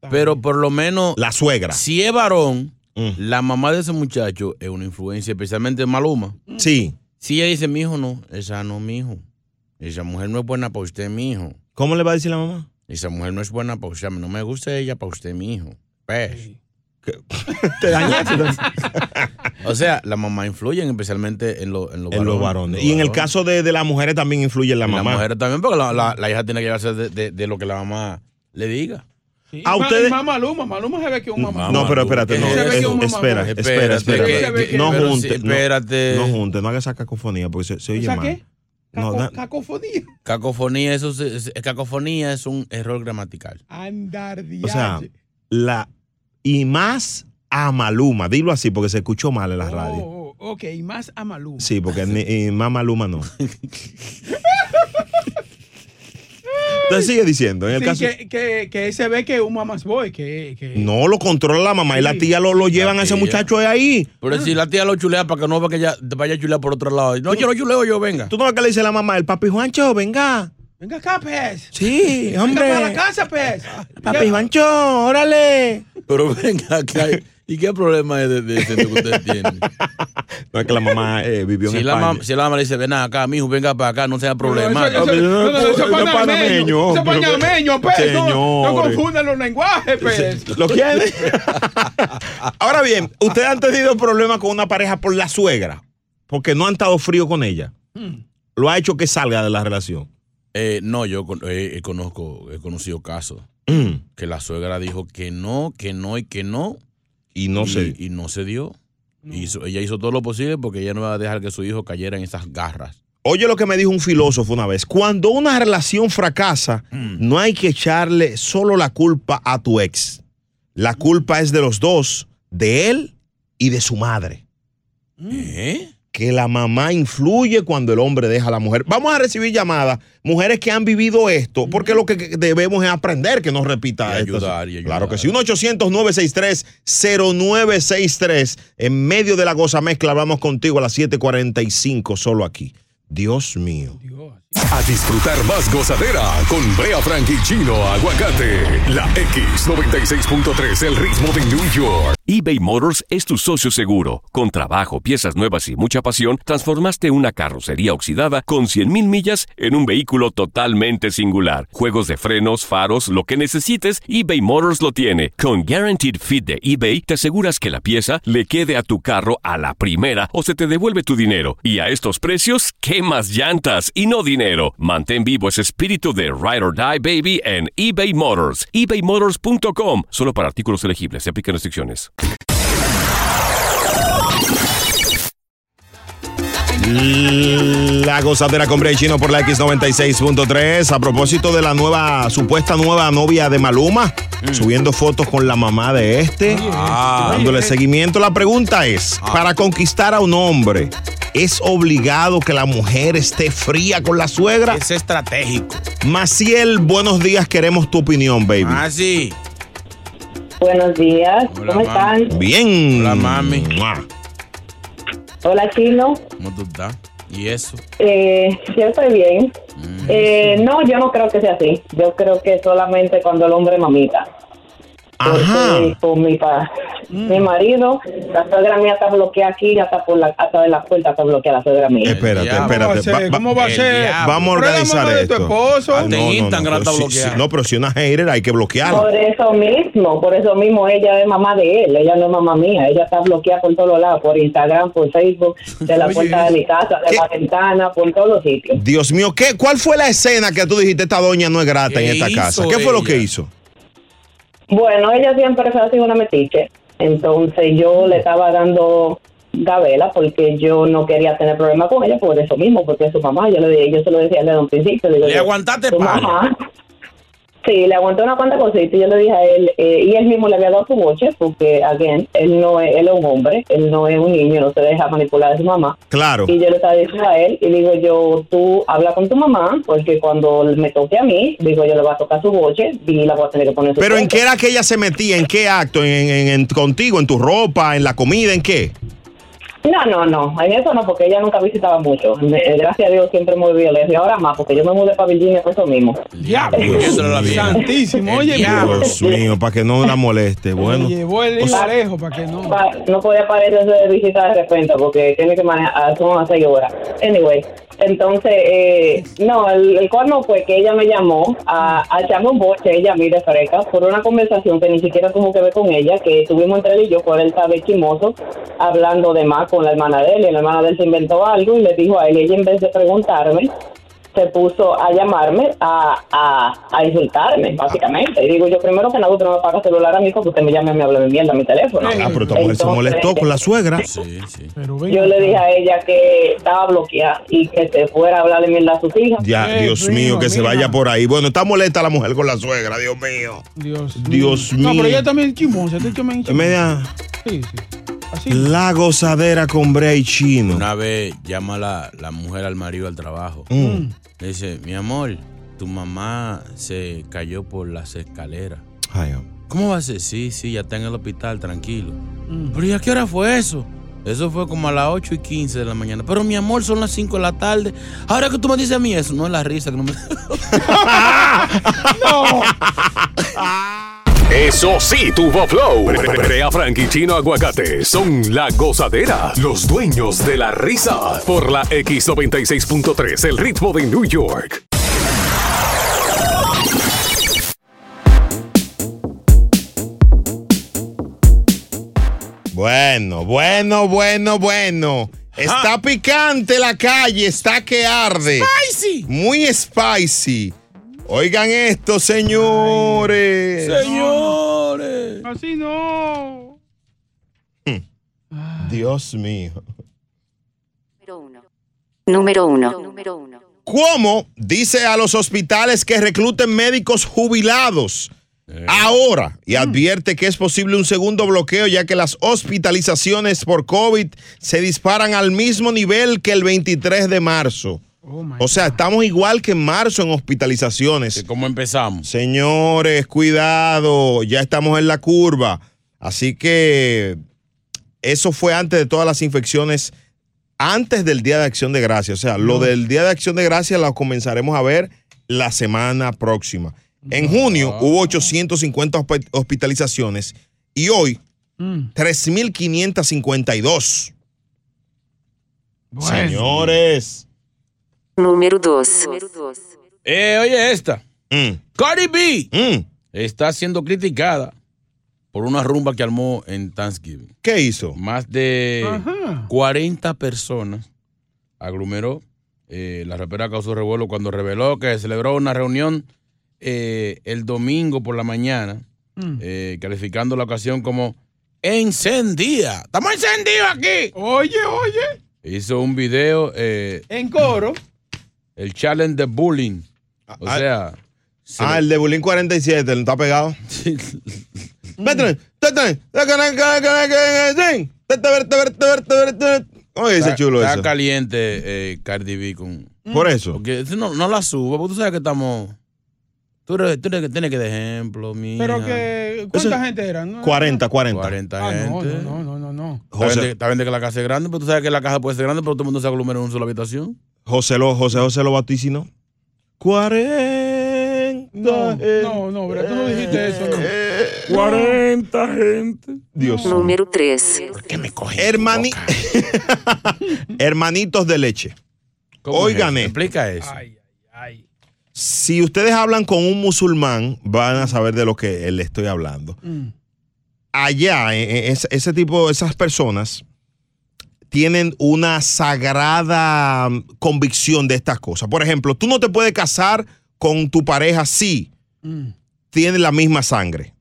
[SPEAKER 5] pero por lo menos.
[SPEAKER 2] La suegra. Mm.
[SPEAKER 5] Si es varón, la mamá de ese muchacho es una influencia, especialmente en Maluma.
[SPEAKER 2] Mm. Sí.
[SPEAKER 5] Si ella dice, mi hijo, no, esa no, mi hijo. Esa mujer no es buena para usted, mi hijo.
[SPEAKER 2] ¿Cómo le va a decir la mamá?
[SPEAKER 5] Esa mujer no es buena para usted, no me gusta ella para usted, mi hijo. Pues.
[SPEAKER 2] Te dañaste.
[SPEAKER 5] o sea, la mamá influye especialmente en, lo- en los
[SPEAKER 2] En los varones. Y en el caso de, de las mujeres también influye en la
[SPEAKER 5] La
[SPEAKER 2] mamá.
[SPEAKER 5] mujer también, porque la, la- la hija tiene que llevarse de, de- de lo que la mamá le diga.
[SPEAKER 2] A
[SPEAKER 3] Ma-
[SPEAKER 2] ustedes-
[SPEAKER 3] y Mamá Luma, Maluma se ve que es un mamá.
[SPEAKER 2] No, pero espérate, no,
[SPEAKER 5] Ese ve que es
[SPEAKER 2] eso-
[SPEAKER 5] un mamá.
[SPEAKER 2] espera, espera,
[SPEAKER 5] Espérate, que-
[SPEAKER 2] espera.
[SPEAKER 5] que-
[SPEAKER 2] No
[SPEAKER 5] pero sí,
[SPEAKER 2] junte, no-
[SPEAKER 5] espérate.
[SPEAKER 2] no junte, no haga esa cacofonía porque se, se oye
[SPEAKER 5] ¿Esa
[SPEAKER 2] mal.
[SPEAKER 5] qué?
[SPEAKER 2] No, da-
[SPEAKER 3] Cacofonía.
[SPEAKER 5] Cacofonía, eso se- es, cacofonía es un error gramatical.
[SPEAKER 3] Andar
[SPEAKER 2] o sea, la y más a Maluma, dilo así porque se escuchó mal en la radio.
[SPEAKER 3] Oh, ok, y más a Maluma.
[SPEAKER 2] Sí, porque ni, y más Maluma no. Entonces sigue diciendo, en el
[SPEAKER 3] Sí,
[SPEAKER 2] caso
[SPEAKER 3] que, que, que se ve que es un mamás boy, que, que
[SPEAKER 2] no lo controla la mamá y la tía lo, lo llevan a ese
[SPEAKER 5] tía.
[SPEAKER 2] muchacho de ahí.
[SPEAKER 5] Pero si la tía lo chulea para que no vaya que ella vaya a chulear por otro lado. No, yo lo chuleo yo, venga.
[SPEAKER 2] ¿Tú no ves que le dice la mamá? El papi Juancho, venga.
[SPEAKER 3] Venga acá, pez.
[SPEAKER 2] Sí, hombre.
[SPEAKER 3] Venga para la casa, pez.
[SPEAKER 2] Papi Juancho, órale.
[SPEAKER 5] Pero venga, ¿qué hay? ¿y qué problema es de, de ese que ustedes tienen?
[SPEAKER 2] No es que la mamá eh, vivió en
[SPEAKER 5] Si la,
[SPEAKER 2] España.
[SPEAKER 5] mam- si la mamá le dice, ven acá, mijo, venga para acá, no sea problema.
[SPEAKER 3] Eso, eso, no, no, eso es
[SPEAKER 2] no, no,
[SPEAKER 3] panameño.
[SPEAKER 2] panameño,
[SPEAKER 3] Eso es
[SPEAKER 2] hombre.
[SPEAKER 3] panameño, pez. No, no
[SPEAKER 2] Señores.
[SPEAKER 3] confundan los lenguajes, pues. pez.
[SPEAKER 2] ¿Lo quiere? Ahora bien, ustedes han tenido problemas con una pareja por la suegra, porque no han estado frío con ella. Lo ha hecho que salga de la relación.
[SPEAKER 5] Eh, no, yo con- eh, eh, conozco, he conocido casos
[SPEAKER 2] Mm.
[SPEAKER 5] que la suegra dijo que no, que no y que no.
[SPEAKER 2] Y no se-
[SPEAKER 5] Y no se dio. Hizo- ella hizo todo lo posible porque ella no iba a dejar que su hijo cayera en esas garras.
[SPEAKER 2] Oye lo que me dijo un filósofo una vez. Cuando una relación fracasa, no hay que echarle solo la culpa a tu ex. La culpa es de los dos, de él y de su madre. Que la mamá influye cuando el hombre deja a la mujer. Vamos a recibir llamadas, mujeres que han vivido esto, porque lo que que debemos es aprender que no repita esto. Claro que sí. 1 800 963 0963 En medio de la goza mezcla, hablamos contigo a las 7:45, solo aquí. Dios mío.
[SPEAKER 1] A disfrutar más gozadera con Brea Frank y Chino Aguacate. La X96.3, el ritmo de New York.
[SPEAKER 17] eBay Motors es tu socio seguro. Con trabajo, piezas nuevas y mucha pasión, transformaste una carrocería oxidada con 100.000 millas en un vehículo totalmente singular. Juegos de frenos, faros, lo que necesites, eBay Motors lo tiene. Con Guaranteed Fit de eBay, te aseguras que la pieza le quede a tu carro a la primera o se te devuelve tu dinero. Y a estos precios, ¿qué más llantas y no dinero? Mantén vivo ese espíritu de Ride or Die Baby en eBay Motors. ebaymotors.com. Solo para artículos elegibles. Se aplican restricciones.
[SPEAKER 2] La gozadera con Bray Chino por la X96.3. A propósito de la nueva, supuesta nueva novia de Maluma,
[SPEAKER 5] Mm.
[SPEAKER 2] subiendo fotos con la mamá de este, dándole seguimiento. La pregunta es:
[SPEAKER 5] Ah.
[SPEAKER 2] para conquistar a un hombre, ¿es obligado que la mujer esté fría con la suegra? Es estratégico. Maciel, buenos días, queremos tu opinión, baby.
[SPEAKER 5] Ah, sí.
[SPEAKER 19] Buenos días, ¿cómo
[SPEAKER 5] mami.
[SPEAKER 19] están?
[SPEAKER 2] Bien.
[SPEAKER 5] Hola, mami.
[SPEAKER 2] Ah.
[SPEAKER 19] Hola, Chino.
[SPEAKER 5] ¿Cómo tú estás? ¿Y eso?
[SPEAKER 19] Eh, yo estoy bien. Eh, no, yo no creo que sea así. Yo creo que solamente cuando el hombre mamita. Porque con mi, pa- mi marido, la suegra mía está bloqueada aquí, hasta por la, hasta de la puerta está bloqueada la suegra mía.
[SPEAKER 2] Espérate, espérate.
[SPEAKER 3] ser? ¿Cómo va a
[SPEAKER 2] el
[SPEAKER 3] ser?
[SPEAKER 2] diablo. Vamos
[SPEAKER 3] Pero
[SPEAKER 2] a
[SPEAKER 3] la
[SPEAKER 2] organizar
[SPEAKER 3] mamá de tu
[SPEAKER 2] esto.
[SPEAKER 3] esposo.
[SPEAKER 2] Ah,
[SPEAKER 3] Hasta en Instagram
[SPEAKER 2] pero
[SPEAKER 3] está
[SPEAKER 2] si- si-
[SPEAKER 3] bloqueada.
[SPEAKER 2] no, pero si una hater hay que bloquearla.
[SPEAKER 19] Por eso mismo, por eso mismo ella es mamá de él, ella no es mamá mía, ella está bloqueada por todos lados, por Instagram, por Facebook, de la
[SPEAKER 2] Oye,
[SPEAKER 19] puerta de mi casa, de la ventana, por todos sitios.
[SPEAKER 2] Dios mío, ¿qué, ¿cuál fue la escena que tú dijiste esta doña no es grata en
[SPEAKER 19] ¿Qué
[SPEAKER 2] esta
[SPEAKER 19] hizo
[SPEAKER 2] casa? ¿Qué fue lo
[SPEAKER 19] ella?
[SPEAKER 2] que hizo?
[SPEAKER 19] Bueno, ella siempre se ha sido una metiche. Entonces yo le estaba dando gabela porque yo no quería tener problemas con ella por eso mismo, porque es su mamá. Yo, le, dije- yo se lo decía desde un principio. digo
[SPEAKER 5] ¿Le
[SPEAKER 19] yo,
[SPEAKER 5] aguantaste
[SPEAKER 19] "Tu
[SPEAKER 5] palo?"
[SPEAKER 19] mamá. Sí, le aguanté una cuanta cosita y yo le dije a él, eh, y él mismo le había dado su boche porque, again, él no es, él es un hombre, él no es un niño, no se deja manipular de su mamá.
[SPEAKER 2] Claro.
[SPEAKER 19] Y yo le estaba diciendo a él, y digo yo, tú habla con tu mamá, porque cuando me toque a mí, digo yo le voy a tocar su boche y la voy a tener que poner su
[SPEAKER 2] ¿Pero en
[SPEAKER 19] cuerpo".
[SPEAKER 2] qué era que ella se metía? ¿En qué acto? ¿En, en- en- contigo? ¿En tu ropa? ¿En la comida? ¿En qué?
[SPEAKER 19] No, no, no, en eso no, porque ella nunca visitaba mucho. Me- eh, gracias a Dios siempre muy violencia. Y ahora más, porque yo me mudé para Virginia por eso mismo.
[SPEAKER 3] Santísimo, oye, mira.
[SPEAKER 2] Dios mío, para que no la moleste. Bueno.
[SPEAKER 3] Llevó el hijo
[SPEAKER 19] sea-
[SPEAKER 3] lejos para que no.
[SPEAKER 19] Pa- No podía aparecer de visita de repente, porque tiene que manejar, ah, son las seis horas. Anyway, entonces, eh, no, el, el cuerno fue que ella me llamó a, a echarme un boche, ella mire fresca, por una conversación que ni siquiera tuvo que ver con ella, que tuvimos entre él y yo, por él sabe chimoso, hablando de más con la hermana de él, y la hermana de él se inventó algo y le dijo a él, y ella en vez de preguntarme, se puso a llamarme, a, a, a insultarme, básicamente. Y digo, yo primero que nada, usted no me paga celular a mí, porque usted me llame y me hable de mierda a mi teléfono.
[SPEAKER 2] Ah, pero tu mujer se
[SPEAKER 19] Entonces,
[SPEAKER 2] molestó con la suegra.
[SPEAKER 19] Yo le dije a ella que estaba bloqueada y que se fuera a hablar de mierda a sus hijas.
[SPEAKER 2] Ya, Dios mío, que se vaya por ahí. Bueno, está molesta la mujer con la suegra, Dios mío.
[SPEAKER 3] Dios
[SPEAKER 2] Dios mío.
[SPEAKER 3] No, pero ella también es chimosa, ella también es
[SPEAKER 2] Es media-
[SPEAKER 3] Sí, sí.
[SPEAKER 2] La gozadera con Bray Chino.
[SPEAKER 5] Una vez llama la, la mujer al marido al trabajo.
[SPEAKER 2] Mm.
[SPEAKER 5] Le dice, mi amor, tu mamá se cayó por las escaleras. ¿Cómo va a ser? Sí, sí, ya está en el hospital, tranquilo. Pero ¿y a qué hora fue eso? Eso fue como a las 8 y 15 de la mañana. Pero mi amor, son las 5 de la tarde. Ahora que tú me dices a mí eso, no es la risa que no me...
[SPEAKER 3] no.
[SPEAKER 1] Eso sí, tuvo flow. Brea Frank y Chino Aguacate son la gozadera, los dueños de la risa. Por la X96.3, el ritmo de New York.
[SPEAKER 2] Bueno, bueno, bueno, bueno. Está picante la calle, está que arde.
[SPEAKER 5] Spicy.
[SPEAKER 2] Muy spicy. Oigan esto, señores.
[SPEAKER 5] Señores.
[SPEAKER 3] Así no.
[SPEAKER 2] Dios mío.
[SPEAKER 20] Número uno.
[SPEAKER 2] ¿Cómo dice a los hospitales que recluten médicos jubilados ahora y advierte que es posible un segundo bloqueo ya que las hospitalizaciones por COVID se disparan al mismo nivel que el 23 de marzo. O sea, estamos igual que en marzo en hospitalizaciones.
[SPEAKER 5] ¿Cómo empezamos?
[SPEAKER 2] Señores, cuidado, ya estamos en la curva. Así que eso fue antes de todas las infecciones, antes del Día de Acción de Gracia. O sea, lo del Día de Acción de Gracia lo comenzaremos a ver la semana próxima. En junio hubo 850 hospi- hospitalizaciones y hoy 3.552. Señores.
[SPEAKER 20] Número 2.
[SPEAKER 5] Eh, oye, esta.
[SPEAKER 2] Mm.
[SPEAKER 5] Cardi B está siendo criticada por una rumba que armó en Thanksgiving.
[SPEAKER 2] ¿Qué hizo?
[SPEAKER 5] Más de 40 personas aglomeró. Eh, la rapera causó revuelo cuando reveló que celebró una reunión eh, el domingo por la mañana,
[SPEAKER 3] Mm.
[SPEAKER 5] eh, calificando la ocasión como encendida. ¡Estamos encendidos aquí!
[SPEAKER 3] Oye, oye.
[SPEAKER 5] Hizo un video eh,
[SPEAKER 3] En coro.
[SPEAKER 5] el challenge de bullying. O
[SPEAKER 2] ah,
[SPEAKER 5] sea,
[SPEAKER 2] Ah, el de Bulín 47, ¿no está pegado? Vete, vete, vete, vete, vete, vete. Oye, ese
[SPEAKER 5] está-
[SPEAKER 2] chulo
[SPEAKER 5] está
[SPEAKER 2] eso.
[SPEAKER 5] caliente eh, Cardi B con.
[SPEAKER 3] Mm.
[SPEAKER 2] Por eso.
[SPEAKER 5] Porque si no, no la subo, porque tú sabes que estamos. Tú eres, tú eres que tienes que de ejemplo, mija.
[SPEAKER 3] Pero que. ¿Cuánta gente era? No,
[SPEAKER 2] 40, 40.
[SPEAKER 5] 40
[SPEAKER 3] Ah, no,
[SPEAKER 5] gente.
[SPEAKER 3] no, no, no, no, no.
[SPEAKER 5] Está bien de- Está bien de que la casa es grande, pero tú sabes que la casa puede ser grande, pero todo el mundo se aglomera en una sola habitación.
[SPEAKER 2] José lo, José, José lo vaticinó. 40.
[SPEAKER 3] No, no, no, bro, tú no dijiste eso. No.
[SPEAKER 5] 40 gente.
[SPEAKER 2] Dios.
[SPEAKER 20] Número 3.
[SPEAKER 2] Hermani- Hermanitos de leche. Oigan esto.
[SPEAKER 5] Explica eso.
[SPEAKER 2] Si ustedes hablan con un musulmán, van a saber de lo que le estoy hablando.
[SPEAKER 3] Mm,
[SPEAKER 2] Allá, eh, eh, es- ese tipo, esas personas tienen una sagrada mm, convicción de estas cosas. Por ejemplo, tú no te puedes casar con tu pareja si
[SPEAKER 5] Mm.
[SPEAKER 2] tienen la misma sangre.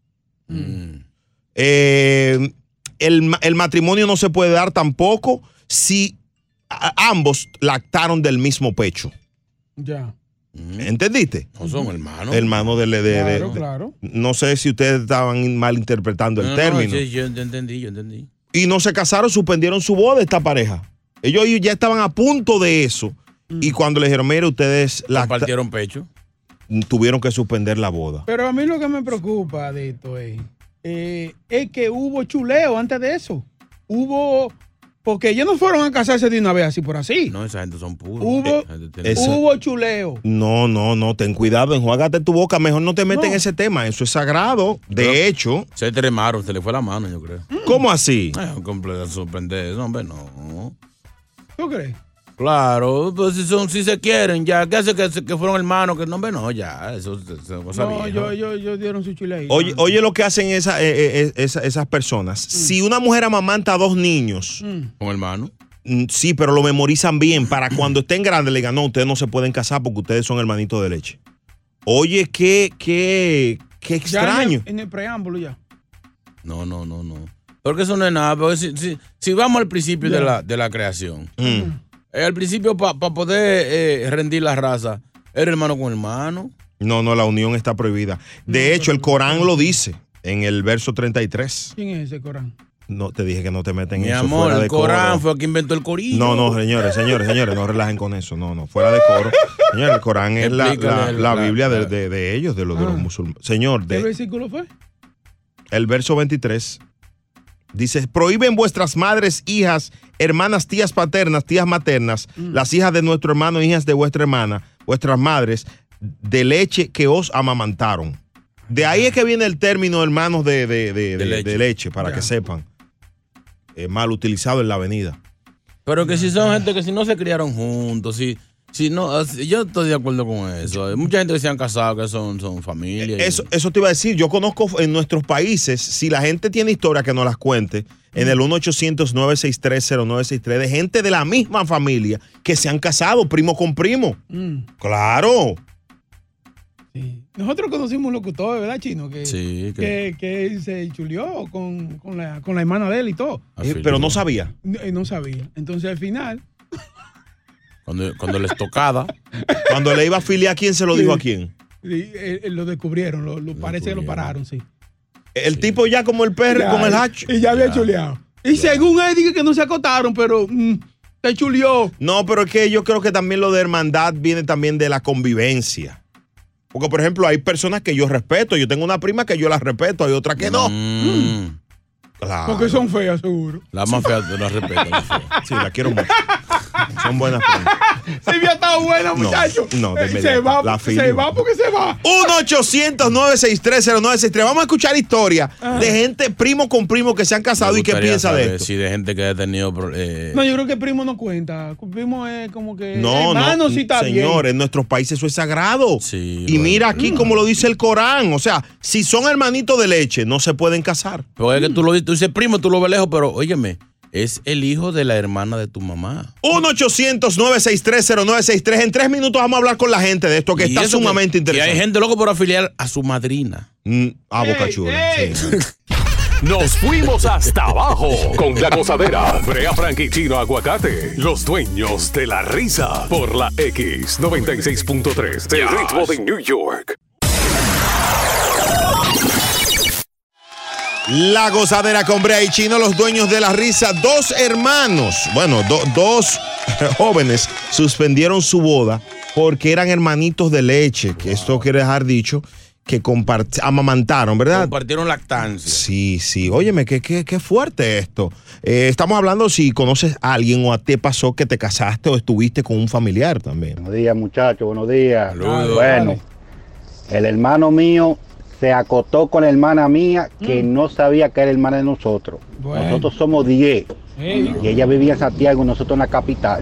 [SPEAKER 2] Eh, el, ma- el matrimonio no se puede dar tampoco si a- ambos lactaron del mismo pecho.
[SPEAKER 3] Ya.
[SPEAKER 2] ¿Entendiste?
[SPEAKER 5] Mm. No son hermanos.
[SPEAKER 2] Hermano de, de- de-
[SPEAKER 5] Claro,
[SPEAKER 2] de-
[SPEAKER 5] claro.
[SPEAKER 2] No sé si ustedes estaban malinterpretando el
[SPEAKER 5] No, no,
[SPEAKER 2] término.
[SPEAKER 5] sí, yo entendí, yo entendí.
[SPEAKER 2] Y no se casaron, suspendieron su boda esta pareja. Ellos ya estaban a punto de eso. Y cuando le dijeron, mire, ustedes lacta-
[SPEAKER 5] Partieron pecho.
[SPEAKER 2] tuvieron que suspender la boda.
[SPEAKER 3] Pero a mí lo que me preocupa de esto es, eh, es que hubo chuleo antes de eso. Hubo. Porque ellos no fueron a casarse de una vez así por así.
[SPEAKER 5] No, esa gente son puros.
[SPEAKER 3] Hubo,
[SPEAKER 2] Esa-
[SPEAKER 3] hubo chuleo.
[SPEAKER 2] No, no, no, ten cuidado, enjuágate tu boca, mejor no te metas
[SPEAKER 3] No.
[SPEAKER 2] en ese tema, eso es sagrado. De hecho,
[SPEAKER 5] Se tremaron, se le fue la mano, yo creo.
[SPEAKER 2] ¿cómo así?
[SPEAKER 5] Ay, completo, sorprender. No, hombre, no.
[SPEAKER 3] ¿Tú crees?
[SPEAKER 5] Claro, pues si, son, si se quieren, ya. ¿Qué hace que, se- que fueron hermanos? Que, no, hombre, no, ya. Eso es eso es cosa
[SPEAKER 3] No,
[SPEAKER 5] vieja.
[SPEAKER 3] yo, yo, yo dieron su chuleo.
[SPEAKER 2] Oye, oye lo que hacen esa- eh, eh, eh, esa- esas
[SPEAKER 5] Mm.
[SPEAKER 2] personas. Si una mujer amamanta a dos niños,
[SPEAKER 5] Con hermano.
[SPEAKER 2] mm, sí, pero lo memorizan bien para cuando estén grandes le digan, no, ustedes no se pueden casar porque ustedes son hermanitos de leche. Oye, qué, qué,
[SPEAKER 3] Ya en
[SPEAKER 2] qué
[SPEAKER 3] el-
[SPEAKER 2] extraño.
[SPEAKER 3] En el, preámbulo ya.
[SPEAKER 5] No, no, no, no. Porque eso no es nada. Porque si, si- si vamos al principio
[SPEAKER 3] Ya.
[SPEAKER 5] de, la, de la creación,
[SPEAKER 2] Mm.
[SPEAKER 5] eh, al principio para poder eh, rendir la raza, era hermano con hermano.
[SPEAKER 2] No, no, la unión está prohibida. De hecho, el Corán lo dice en el verso 33.
[SPEAKER 3] ¿Quién es ese Corán?
[SPEAKER 2] No, te dije que no te meten en
[SPEAKER 5] Mi
[SPEAKER 2] eso
[SPEAKER 5] amor,
[SPEAKER 2] fuera de
[SPEAKER 5] el
[SPEAKER 2] coro.
[SPEAKER 5] Corán fue el que inventó el corillo.
[SPEAKER 2] No, no, señores, señores, señores, no relajen con eso. No, no, fuera de coro. Señores, el Corán es la, la-
[SPEAKER 5] Explícale,
[SPEAKER 2] la
[SPEAKER 5] la-
[SPEAKER 2] Biblia de, de- de ellos, de los, de los musulmanes. Señor,
[SPEAKER 3] ¿Qué
[SPEAKER 2] de-
[SPEAKER 3] versículo fue?
[SPEAKER 2] el verso 23 dice, prohíben vuestras madres, hijas, hermanas, tías paternas, tías maternas, las hijas de nuestro hermano, hijas de vuestra hermana, vuestras madres, de leche que os amamantaron. De ahí es que viene el término hermanos de, de- de- de- de leche. para que sepan. Es mal utilizado en la avenida.
[SPEAKER 5] Pero que si son gente que si no se criaron juntos, si, si no, eh, si- yo estoy de acuerdo con eso. Hay mucha gente que se han casado, que son, son familia. y-
[SPEAKER 2] Eso, eso te iba a decir. Yo conozco en nuestros países, si la gente tiene historia que nos las cuente, en el 1-800-963-0963, de gente de la misma familia que se han casado, primo con primo.
[SPEAKER 3] Mm.
[SPEAKER 2] Claro.
[SPEAKER 3] Nosotros conocimos un locutor, ¿verdad, Chino? Que,
[SPEAKER 5] Sí,
[SPEAKER 3] que, que se chuleó con, con, la, con la hermana de él y todo.
[SPEAKER 2] Eh, pero no sabía.
[SPEAKER 3] No, eh, no sabía. Entonces al final.
[SPEAKER 5] Cuando, cuando les tocaba.
[SPEAKER 2] Cuando le iba a afiliar, ¿quién se lo dijo a quién?
[SPEAKER 3] Sí, eh, eh, lo descubrieron, lo, lo- parece que lo pararon, sí.
[SPEAKER 2] El tipo ya como el perro,
[SPEAKER 3] Ya,
[SPEAKER 2] como el hacho.
[SPEAKER 3] Y ya había chuleado. Y según él, dije que no se acotaron, pero mm, te chuleó.
[SPEAKER 2] No, pero es que yo creo que también lo de hermandad viene también de la convivencia. Porque, por ejemplo, hay personas que yo respeto. Yo tengo una prima que yo la respeto, hay otra que no. Claro.
[SPEAKER 3] Porque son feas, seguro.
[SPEAKER 5] La más fea, te la respeto.
[SPEAKER 2] Sí, la quiero mucho. Son buenas primas.
[SPEAKER 3] Silvia está buena, muchacho.
[SPEAKER 2] no, de
[SPEAKER 3] Eh, se
[SPEAKER 2] inmediato.
[SPEAKER 3] va,
[SPEAKER 2] La
[SPEAKER 3] se
[SPEAKER 2] feeling.
[SPEAKER 3] va porque se va.
[SPEAKER 2] 1-800-963-0963. Vamos a escuchar historias
[SPEAKER 3] Ah.
[SPEAKER 2] de gente primo con primo que se han casado y qué piensa de esto.
[SPEAKER 5] Sí, de gente que ha tenido. pro- eh,
[SPEAKER 3] No, yo creo que primo no cuenta. Primo es como que.
[SPEAKER 2] No,
[SPEAKER 3] Eh, hermano,
[SPEAKER 2] no,
[SPEAKER 3] sí está bien.
[SPEAKER 2] señores, en nuestros países eso es sagrado. y mira aquí
[SPEAKER 5] Mm.
[SPEAKER 2] como lo dice el Corán, o sea, si son hermanitos de leche, no se pueden casar.
[SPEAKER 5] Porque es que tú lo viste, tú dices primo, tú lo ves lejos, pero óyeme, es el hijo de la hermana de tu mamá.
[SPEAKER 2] 1-800-963-0963. En tres minutos vamos a hablar con la gente de esto que
[SPEAKER 5] Y
[SPEAKER 2] está
[SPEAKER 5] eso que-
[SPEAKER 2] sumamente interesante.
[SPEAKER 5] Y hay gente loco por afiliar a su madrina.
[SPEAKER 2] a Boca Chula.
[SPEAKER 1] Nos fuimos hasta abajo con la gozadera. Brea Frank y Chino Aguacate, los dueños de la risa. Por la X96.3, del ritmo de New York.
[SPEAKER 2] La gozadera con Brea y Chino, los dueños de la risa, dos hermanos, bueno, do- dos jóvenes suspendieron su boda porque eran hermanitos de leche, que esto quiere dejar dicho, que compart- amamantaron, ¿verdad?
[SPEAKER 5] Compartieron lactancia.
[SPEAKER 2] Sí, sí, óyeme, qué, qué, qué fuerte esto. Eh, estamos hablando si conoces a alguien o a te pasó que te casaste o estuviste con un familiar también.
[SPEAKER 21] Buenos días, muchachos. Buenos días.
[SPEAKER 2] Saludos.
[SPEAKER 21] Bueno, el hermano mío se acotó con la hermana mía que no sabía que era hermana de nosotros. Nosotros somos 10.
[SPEAKER 13] Ey.
[SPEAKER 21] Y ella vivía en Santiago y nosotros en la capital.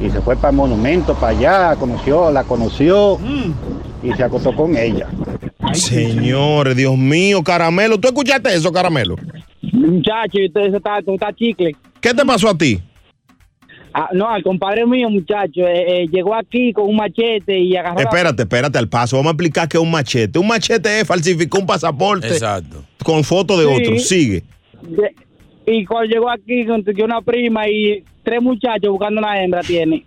[SPEAKER 21] Y se fue para el monumento, para allá, conoció, la conoció y se acotó con ella.
[SPEAKER 2] Señores, Dios mío, Caramelo, ¿tú escuchaste eso, Caramelo?
[SPEAKER 22] Muchacho, eso está, eso está chicle.
[SPEAKER 2] ¿Qué te pasó a ti?
[SPEAKER 22] Ah, no, al compadre mío, muchacho, eh, eh, llegó aquí con un machete y agarró. la-
[SPEAKER 2] Espérate, espérate al paso. Vamos a explicar qué es un machete. Un machete es falsificó un pasaporte
[SPEAKER 5] Exacto.
[SPEAKER 2] con foto de
[SPEAKER 22] Sí.
[SPEAKER 2] otro. Sigue.
[SPEAKER 22] de- y cuando llegó aquí, consiguió una prima y tres muchachos buscando una hembra tiene.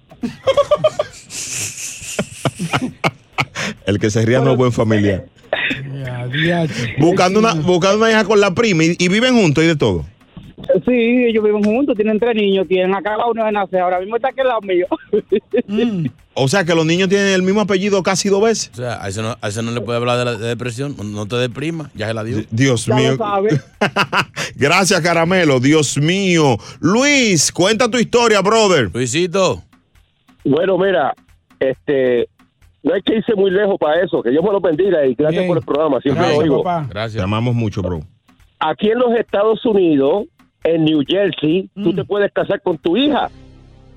[SPEAKER 2] El que se ría no es buen familiar. Buscando una, buscando una hija con la prima y, y viven juntos y de todo.
[SPEAKER 22] Sí, ellos viven juntos, tienen tres niños, tienen acá cada uno de nacer. Ahora mismo está aquí al lado mío.
[SPEAKER 2] O sea que los niños tienen el mismo apellido casi dos veces.
[SPEAKER 5] O sea, a ese no, a ese no le puede hablar de la de depresión. No te deprima, ya se la dio.
[SPEAKER 2] Dios mío. Gracias, Caramelo. Dios mío. Luis, cuenta tu historia, brother.
[SPEAKER 5] Luisito.
[SPEAKER 4] Bueno, mira, este, no es que hice muy lejos para eso, que Dios me lo bendiga y gracias por el programa, siempre lo oigo.
[SPEAKER 2] Gracias. Te amamos mucho, bro.
[SPEAKER 4] Aquí en los Estados Unidos, en New Jersey, tú te puedes casar con tu hija.
[SPEAKER 3] Mm.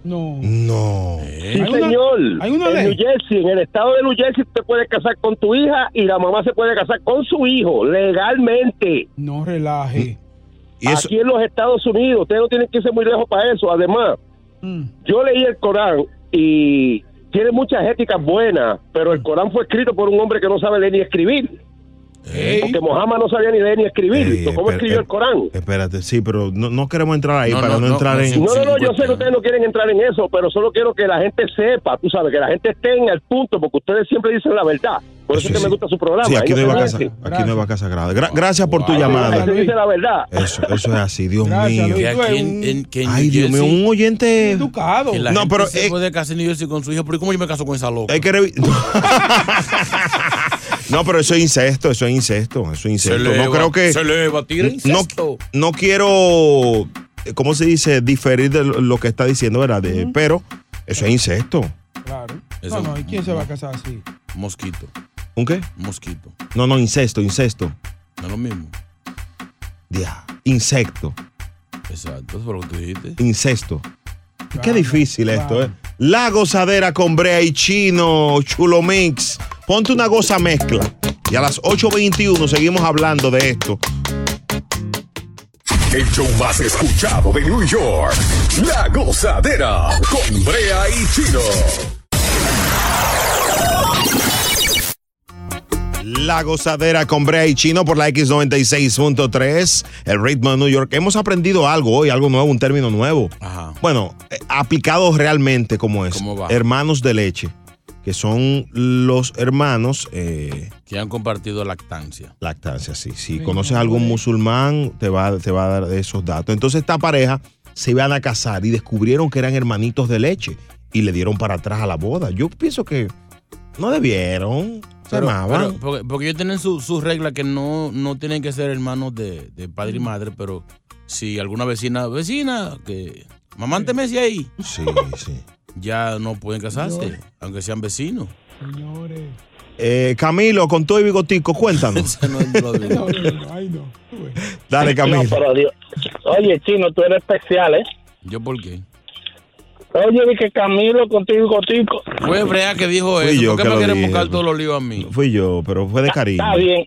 [SPEAKER 3] No. ¿Eh?
[SPEAKER 2] No.
[SPEAKER 4] Sí, señor. en New Jersey, en el estado de New Jersey, tú te puedes casar con tu hija y la mamá se puede casar con su hijo legalmente.
[SPEAKER 3] No relaje.
[SPEAKER 4] Aquí en los Estados Unidos, ustedes no tienen que irse muy lejos para eso. Además,
[SPEAKER 3] Mm.
[SPEAKER 4] yo leí el Corán y tiene muchas éticas buenas, pero
[SPEAKER 3] Mm.
[SPEAKER 4] el Corán fue escrito por un hombre que no sabe leer ni escribir. Porque Mohammed no sabía ni leer ni escribir. So, ¿Cómo
[SPEAKER 2] espera,
[SPEAKER 4] escribió el Corán?
[SPEAKER 2] Espérate, sí, pero no, no queremos entrar ahí eh, para no, entrar en.
[SPEAKER 4] No, no, no, yo sé que ustedes no quieren entrar en eso, pero solo quiero que la gente sepa, tú sabes, que la gente esté en el punto, porque ustedes siempre dicen la verdad. Por eso es que me gusta su programa.
[SPEAKER 2] Sí, aquí
[SPEAKER 4] ahí
[SPEAKER 2] no hay
[SPEAKER 4] se
[SPEAKER 2] vaca,
[SPEAKER 4] miente.
[SPEAKER 2] sa- aquí no hay vaca sagrada. Gra- gracias por tu llamada.
[SPEAKER 4] Ahí se dice la verdad.
[SPEAKER 2] Eso, eso es así, Dios mío.
[SPEAKER 5] Que aquí en- en- que en
[SPEAKER 2] Ay,
[SPEAKER 5] New
[SPEAKER 2] Dios mío,
[SPEAKER 5] Jersey-
[SPEAKER 2] un oyente.
[SPEAKER 5] Que la
[SPEAKER 2] No,
[SPEAKER 5] gente
[SPEAKER 2] pero
[SPEAKER 5] se puede casar en New Jersey con su hijo, pero ¿cómo yo me caso con esa loca?
[SPEAKER 2] Hay que No, pero eso es incesto, eso es incesto, eso es incesto.
[SPEAKER 5] le
[SPEAKER 2] no
[SPEAKER 5] va-
[SPEAKER 2] creo que.
[SPEAKER 5] se le va a tirar incesto.
[SPEAKER 2] No, no quiero, eh, ¿cómo se dice? Diferir de lo lo que está diciendo, ¿verdad? De- Pero eso es incesto.
[SPEAKER 3] Claro.
[SPEAKER 5] Eso-
[SPEAKER 3] no, no, ¿y quién se va a casar así?
[SPEAKER 5] Mosquito.
[SPEAKER 2] ¿Un qué?
[SPEAKER 5] Mosquito.
[SPEAKER 2] No, no, incesto, incesto.
[SPEAKER 5] No es lo mismo.
[SPEAKER 2] Ya, insecto,
[SPEAKER 5] Exacto, eso es lo que tú dijiste.
[SPEAKER 2] incesto. Qué difícil esto, ¿eh? La gozadera con Brea y Chino, Chulo Mix. Ponte una goza mezcla. Y a las 8.21 seguimos hablando de esto.
[SPEAKER 1] El show más escuchado de New York. La gozadera con Brea y Chino.
[SPEAKER 2] La gozadera con Brea y Chino por la X96.3, el ritmo de New York. Hemos aprendido algo hoy, algo nuevo, un término nuevo. Bueno, eh, aplicado realmente como es.
[SPEAKER 5] ¿Cómo va?
[SPEAKER 2] Hermanos de leche, que son los hermanos... eh,
[SPEAKER 5] Que han compartido lactancia.
[SPEAKER 2] Lactancia, sí. Si conoces a algún musulmán, te va, te va a dar esos datos. Entonces esta pareja se iban a casar y descubrieron que eran hermanitos de leche y le dieron para atrás a la boda. Yo pienso que no debieron. Se
[SPEAKER 5] Pero-
[SPEAKER 2] amaban.
[SPEAKER 5] pero- porque, porque ellos tienen su- sus reglas que no, no tienen que ser hermanos de, de padre
[SPEAKER 2] Mm.
[SPEAKER 5] y madre, pero si alguna vecina, vecina, que mamá, te ahí.
[SPEAKER 2] Sí, sí.
[SPEAKER 5] ya no pueden casarse, aunque sean vecinos.
[SPEAKER 2] Eh, Camilo, con todo y bigotico, cuéntanos. Dale, Camilo.
[SPEAKER 23] No, pero Dios. Oye, chino, tú eres especial, ¿eh?
[SPEAKER 5] ¿Yo por qué?
[SPEAKER 23] Oye, vi que Camilo contigo, contigo.
[SPEAKER 5] Fue Brea que dijo
[SPEAKER 2] Fui
[SPEAKER 5] eso.
[SPEAKER 2] yo
[SPEAKER 5] ¿Por qué
[SPEAKER 2] que
[SPEAKER 5] me
[SPEAKER 2] lo
[SPEAKER 5] quieren
[SPEAKER 2] dije.
[SPEAKER 5] buscar todos los líos a mí?
[SPEAKER 2] Fui yo, pero fue de este cariño.
[SPEAKER 23] Está bien.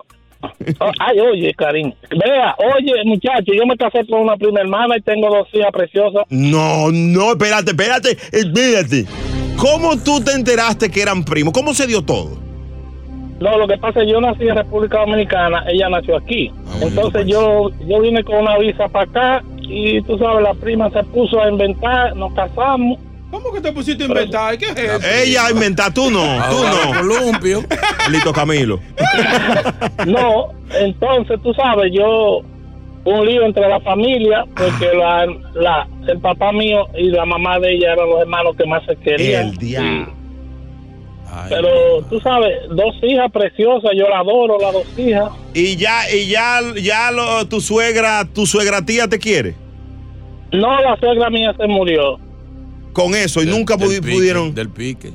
[SPEAKER 23] O- ay, oye, cariño. Vea, oye, muchacho, yo me casé con una prima hermana y tengo dos hijas preciosas.
[SPEAKER 2] No, no, espérate, espérate, espérate. ¿Cómo tú te enteraste que eran primos? ¿Cómo se dio todo?
[SPEAKER 23] No, lo que pasa es que yo nací en República Dominicana, ella nació aquí. Entonces yo, yo vine con una visa para acá y tú sabes, la prima se puso a inventar, nos casamos.
[SPEAKER 3] ¿Cómo que te pusiste a inventar? ¿Qué es eso?
[SPEAKER 2] Ella inventa, tú no,
[SPEAKER 5] Ah,
[SPEAKER 2] tú no.
[SPEAKER 5] Columpio.
[SPEAKER 2] Lito Camilo.
[SPEAKER 23] No, entonces tú sabes, yo un lío entre la familia, porque la, la- el papá mío y la mamá de ella eran los hermanos que más se querían.
[SPEAKER 2] El diablo.
[SPEAKER 23] Pero tú sabes, dos hijas preciosas, yo la adoro, las dos hijas.
[SPEAKER 2] Y ya, y ya, ya lo- tu suegra, tu suegra tía te quiere.
[SPEAKER 23] No, la suegra mía se murió.
[SPEAKER 2] Con eso, y nunca pudi- pudieron.
[SPEAKER 5] Del pique.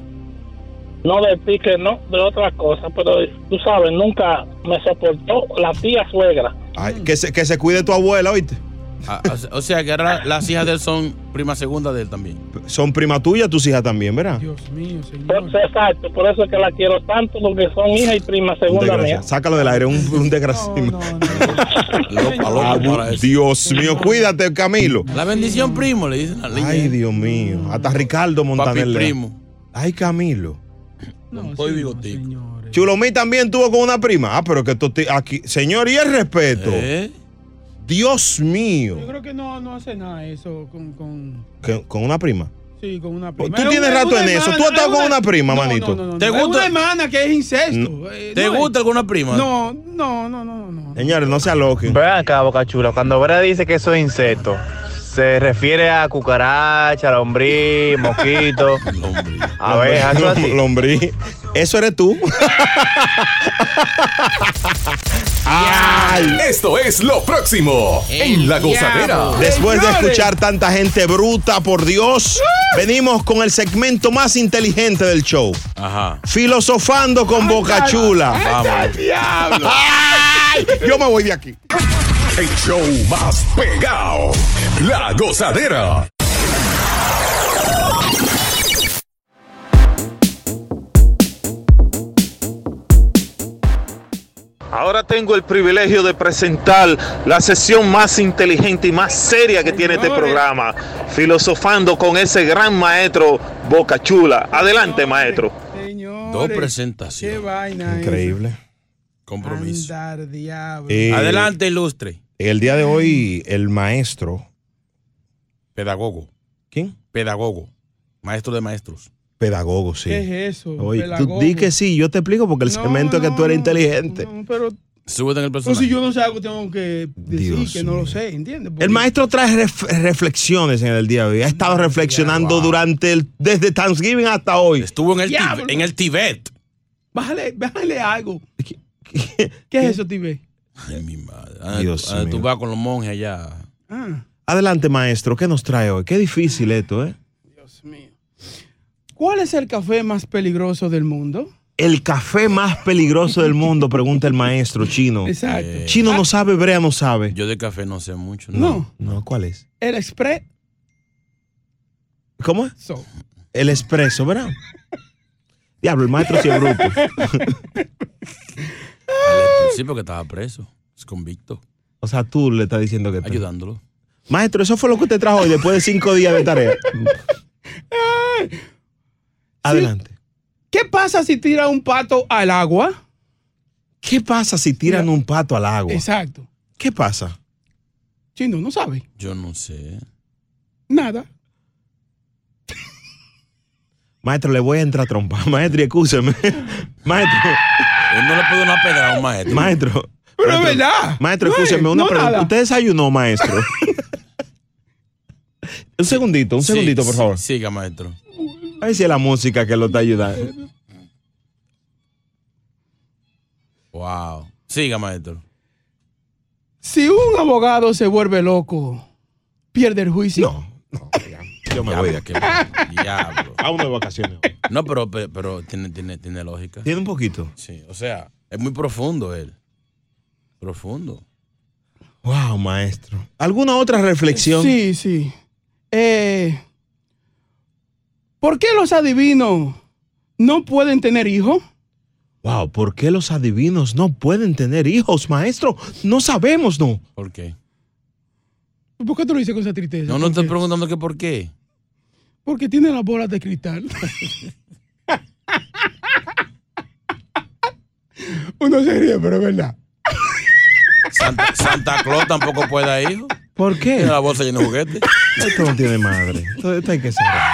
[SPEAKER 23] No del pique, no, de otra cosa, pero tú sabes, nunca me soportó la tía suegra.
[SPEAKER 2] Ay, que, se, que se cuide tu abuela, ¿oíste?
[SPEAKER 5] Ah, o se- O sea que ahora las hijas de él son prima segunda de él también.
[SPEAKER 2] Son prima tuya, tus hijas también, ¿verdad?
[SPEAKER 23] Por- exacto, por eso es que la quiero tanto, porque son hija y prima
[SPEAKER 2] Un
[SPEAKER 23] segunda mía.
[SPEAKER 2] desgraciado. Sácalo del aire, un, un desgraciado.
[SPEAKER 5] loco para
[SPEAKER 2] Dios mío, cuídate, Camilo.
[SPEAKER 5] La bendición primo, le dicen a la
[SPEAKER 2] Ay, Dios mío. Hasta Ricardo Montaner. le da.
[SPEAKER 5] primo.
[SPEAKER 2] Ay, Camilo.
[SPEAKER 5] Hoy bigotico.
[SPEAKER 2] Chulomí también tuvo con una prima. Ah, pero que esto te- aquí. Señor, y el respeto.
[SPEAKER 5] Eh.
[SPEAKER 2] Dios mío.
[SPEAKER 3] Yo creo que no, no hace nada eso con, con,
[SPEAKER 2] Que- Con una prima.
[SPEAKER 3] sí, con una prima.
[SPEAKER 2] Pues, Tú
[SPEAKER 3] Es
[SPEAKER 2] tienes
[SPEAKER 3] una-
[SPEAKER 2] rato
[SPEAKER 3] una
[SPEAKER 2] en eso.
[SPEAKER 3] hermana,
[SPEAKER 2] Tú has estado
[SPEAKER 3] es
[SPEAKER 2] con una prima, manito.
[SPEAKER 3] ¿Te gusta? una hermana que es incesto. eh,
[SPEAKER 5] ¿Te
[SPEAKER 3] no es.
[SPEAKER 5] gusta alguna prima?
[SPEAKER 3] No, no, no, no, no.
[SPEAKER 2] Señores, no se aloquen.
[SPEAKER 7] Ven acá, Boca Chula. Cuando Vera dice que eso es insecto, se refiere a cucaracha, lombriz, mosquito, abeja, eso así.
[SPEAKER 2] Lombriz. Eso eres tú.
[SPEAKER 1] Ay. Esto es lo próximo en La Gozadera.
[SPEAKER 2] Después de escuchar tanta gente bruta, por Dios, venimos con el segmento más inteligente del show.
[SPEAKER 5] Ajá.
[SPEAKER 2] Filosofando con Boca Chula.
[SPEAKER 1] ¡Al diablo!
[SPEAKER 2] Ay, Yo me voy de aquí.
[SPEAKER 1] El show más pegado. La Gozadera.
[SPEAKER 24] Ahora tengo el privilegio de presentar la sesión más inteligente y más seria que tiene este programa, filosofando con ese gran maestro Boca Chula. Adelante, maestro.
[SPEAKER 5] Dos presentaciones.
[SPEAKER 3] Qué vaina.
[SPEAKER 2] Increíble.
[SPEAKER 5] Compromiso.
[SPEAKER 2] Eh,
[SPEAKER 5] Adelante, ilustre.
[SPEAKER 2] El día de hoy, el maestro
[SPEAKER 5] Pedagogo.
[SPEAKER 2] ¿Quién?
[SPEAKER 5] Pedagogo. Maestro de maestros.
[SPEAKER 2] pedagogo, sí.
[SPEAKER 3] ¿Qué es eso?
[SPEAKER 2] Oye, tú
[SPEAKER 3] Pedagogo.
[SPEAKER 2] di que sí, yo te explico porque el segmento es que tú eres inteligente.
[SPEAKER 3] No, pero
[SPEAKER 5] Súbete en el
[SPEAKER 3] no,
[SPEAKER 5] personaje.
[SPEAKER 3] si yo no sé algo, tengo que decir
[SPEAKER 2] Dios
[SPEAKER 3] que no lo sé, ¿entiendes?
[SPEAKER 2] El maestro trae ref- reflexiones en el día de hoy. Ha estado reflexionando durante el, desde Thanksgiving hasta hoy.
[SPEAKER 5] Estuvo en el,
[SPEAKER 3] Diablo.
[SPEAKER 5] en el Tibet.
[SPEAKER 3] Bájale, bájale algo. ¿Qué, es eso, Tibé?
[SPEAKER 5] Ah,
[SPEAKER 2] Dios
[SPEAKER 5] tú- ah, tú
[SPEAKER 2] mío.
[SPEAKER 5] vas con los monjes allá.
[SPEAKER 3] Ah,
[SPEAKER 2] Adelante, maestro, ¿qué nos trae hoy? Qué difícil esto, ¿eh?
[SPEAKER 3] Dios mío. ¿Cuál es el café más peligroso del mundo?
[SPEAKER 2] El café más peligroso del mundo, pregunta el maestro chino. Eh.
[SPEAKER 3] Exacto.
[SPEAKER 2] Chino no sabe, Brea no sabe.
[SPEAKER 5] Yo de café no sé mucho.
[SPEAKER 3] No.
[SPEAKER 2] No, ¿cuál es?
[SPEAKER 3] El express.
[SPEAKER 2] ¿Cómo es?
[SPEAKER 3] So.
[SPEAKER 2] El expreso, ¿verdad? Diablo, el maestro sí es bruto.
[SPEAKER 5] Sí, porque estaba preso. Es convicto.
[SPEAKER 2] O sea, tú le estás diciendo que... te-
[SPEAKER 5] Ayudándolo.
[SPEAKER 2] Maestro, eso fue lo que usted trajo hoy después de cinco días de tarea. Adelante.
[SPEAKER 3] ¿Qué pasa si tira un pato al agua?
[SPEAKER 2] ¿Qué pasa si tiran un pato al agua?
[SPEAKER 3] Exacto.
[SPEAKER 2] ¿Qué pasa?
[SPEAKER 3] Chino, no sabe.
[SPEAKER 5] Yo no sé.
[SPEAKER 3] Nada.
[SPEAKER 2] Maestro, le voy a entrar a trompar. Maestro, y excúseme. Maestro,
[SPEAKER 5] Él no le puede una pedrada a un maestro.
[SPEAKER 2] maestro.
[SPEAKER 3] Pero
[SPEAKER 2] maestro,
[SPEAKER 3] es verdad.
[SPEAKER 2] Maestro,
[SPEAKER 3] No es,
[SPEAKER 2] escúcheme una
[SPEAKER 3] no
[SPEAKER 2] pregunta.
[SPEAKER 3] nada.
[SPEAKER 2] ¿Usted desayunó, maestro? un segundito, un
[SPEAKER 5] Sí,
[SPEAKER 2] segundito, por
[SPEAKER 5] sí,
[SPEAKER 2] favor.
[SPEAKER 5] Siga, maestro.
[SPEAKER 2] A ver si es la música que lo está ayudando.
[SPEAKER 5] Wow. Siga, maestro.
[SPEAKER 3] Si un abogado se vuelve loco, pierde el juicio. No.
[SPEAKER 10] Yo me voy de aquí.
[SPEAKER 5] Diablo.
[SPEAKER 10] A uno de vacaciones.
[SPEAKER 5] No, pero, pe- pero tiene, tiene, tiene lógica.
[SPEAKER 2] Tiene un poquito.
[SPEAKER 5] Sí, o sea, es muy profundo él. Profundo.
[SPEAKER 2] Wow, maestro. ¿Alguna otra reflexión?
[SPEAKER 3] Sí, sí. Eh, ¿Por qué los adivinos no pueden tener hijos?
[SPEAKER 2] Wow, ¿por qué los adivinos no pueden tener hijos, maestro? No sabemos, ¿no?
[SPEAKER 5] ¿Por qué?
[SPEAKER 2] Pues
[SPEAKER 3] ¿Por qué tú lo dices con esa tristeza?
[SPEAKER 5] No, no estoy preguntando que por qué.
[SPEAKER 3] Porque tiene las bolas de cristal. Uno se ríe, pero es verdad.
[SPEAKER 5] Santa, Santa Claus tampoco puede ir.
[SPEAKER 2] ¿Por qué?
[SPEAKER 5] Tiene la bolsa llena de juguetes.
[SPEAKER 2] Esto no tiene madre. Esto, esto hay que cerrar.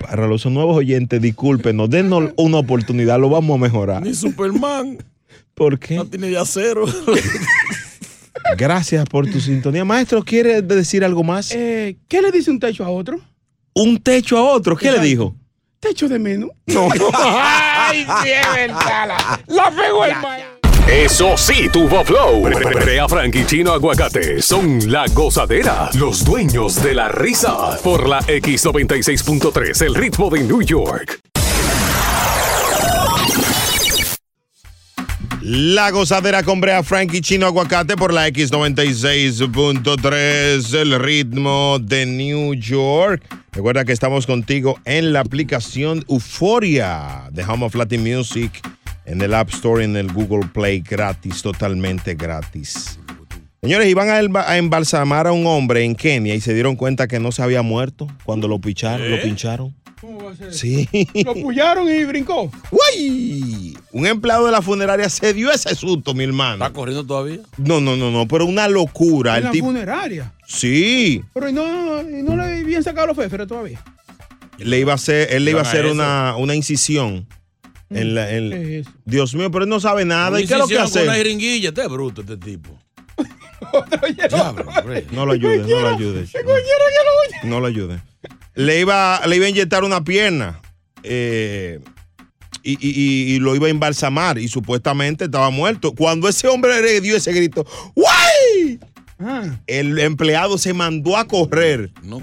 [SPEAKER 2] Para los nuevos oyentes, discúlpenos, dennos una oportunidad, lo vamos a mejorar.
[SPEAKER 5] Ni Superman.
[SPEAKER 2] ¿Por qué?
[SPEAKER 5] No tiene de acero.
[SPEAKER 2] Gracias por tu sintonía. Maestro, ¿quiere decir algo más?
[SPEAKER 3] Eh, ¿Qué le dice un techo a otro?
[SPEAKER 2] Un techo a otro, ¿qué le dijo?
[SPEAKER 3] Techo de menos.
[SPEAKER 2] No.
[SPEAKER 3] Ay, sí, es verdad. La, la pegó el maestro.
[SPEAKER 1] Eso sí, tuvo flow. Brea Frank y Chino Aguacate son la gozadera, los dueños de la risa. Por la X96.3, el ritmo de New York.
[SPEAKER 2] La gozadera con Brea Frank y Chino Aguacate por la X96.3, el ritmo de New York. Recuerda que estamos contigo en la aplicación Euforia de Home of Latin Music, en el App Store, en el Google Play, gratis, totalmente gratis. Señores, iban a, elba- a embalsamar a un hombre en Kenia y se dieron cuenta que no se había muerto cuando lo picharon, lo pincharon.
[SPEAKER 3] ¿Eh? ¿Cómo va a ser?
[SPEAKER 2] Sí.
[SPEAKER 3] Lo pullaron y brincó.
[SPEAKER 2] ¡Uy! Un empleado de la funeraria se dio ese susto, mi hermano.
[SPEAKER 5] ¿Está corriendo todavía?
[SPEAKER 2] No, no, no, no, pero una locura.
[SPEAKER 3] En
[SPEAKER 2] El
[SPEAKER 3] la
[SPEAKER 2] tipo.
[SPEAKER 3] funeraria.
[SPEAKER 2] Sí,
[SPEAKER 3] Pero y no, y no le habían sacado los féferes todavía.
[SPEAKER 2] le iba a hacer, él le iba a
[SPEAKER 3] Iban a
[SPEAKER 2] hacer
[SPEAKER 3] eso.
[SPEAKER 2] una, una incisión. En la, en-
[SPEAKER 3] ¿Qué es eso?
[SPEAKER 2] Dios mío, pero él no sabe nada. ¿Y qué es lo que
[SPEAKER 5] Hicieron con Una
[SPEAKER 2] hace?
[SPEAKER 5] jeringuilla, este es bruto este tipo.
[SPEAKER 2] No lo ayude, no lo ayude. No lo ayude. Le iba, le iba a inyectar una pierna. eh, y, y- y- y lo iba a embalsamar. Y supuestamente estaba muerto. Cuando ese hombre le dio ese grito, ¡Guay! El empleado se mandó a correr.
[SPEAKER 5] No,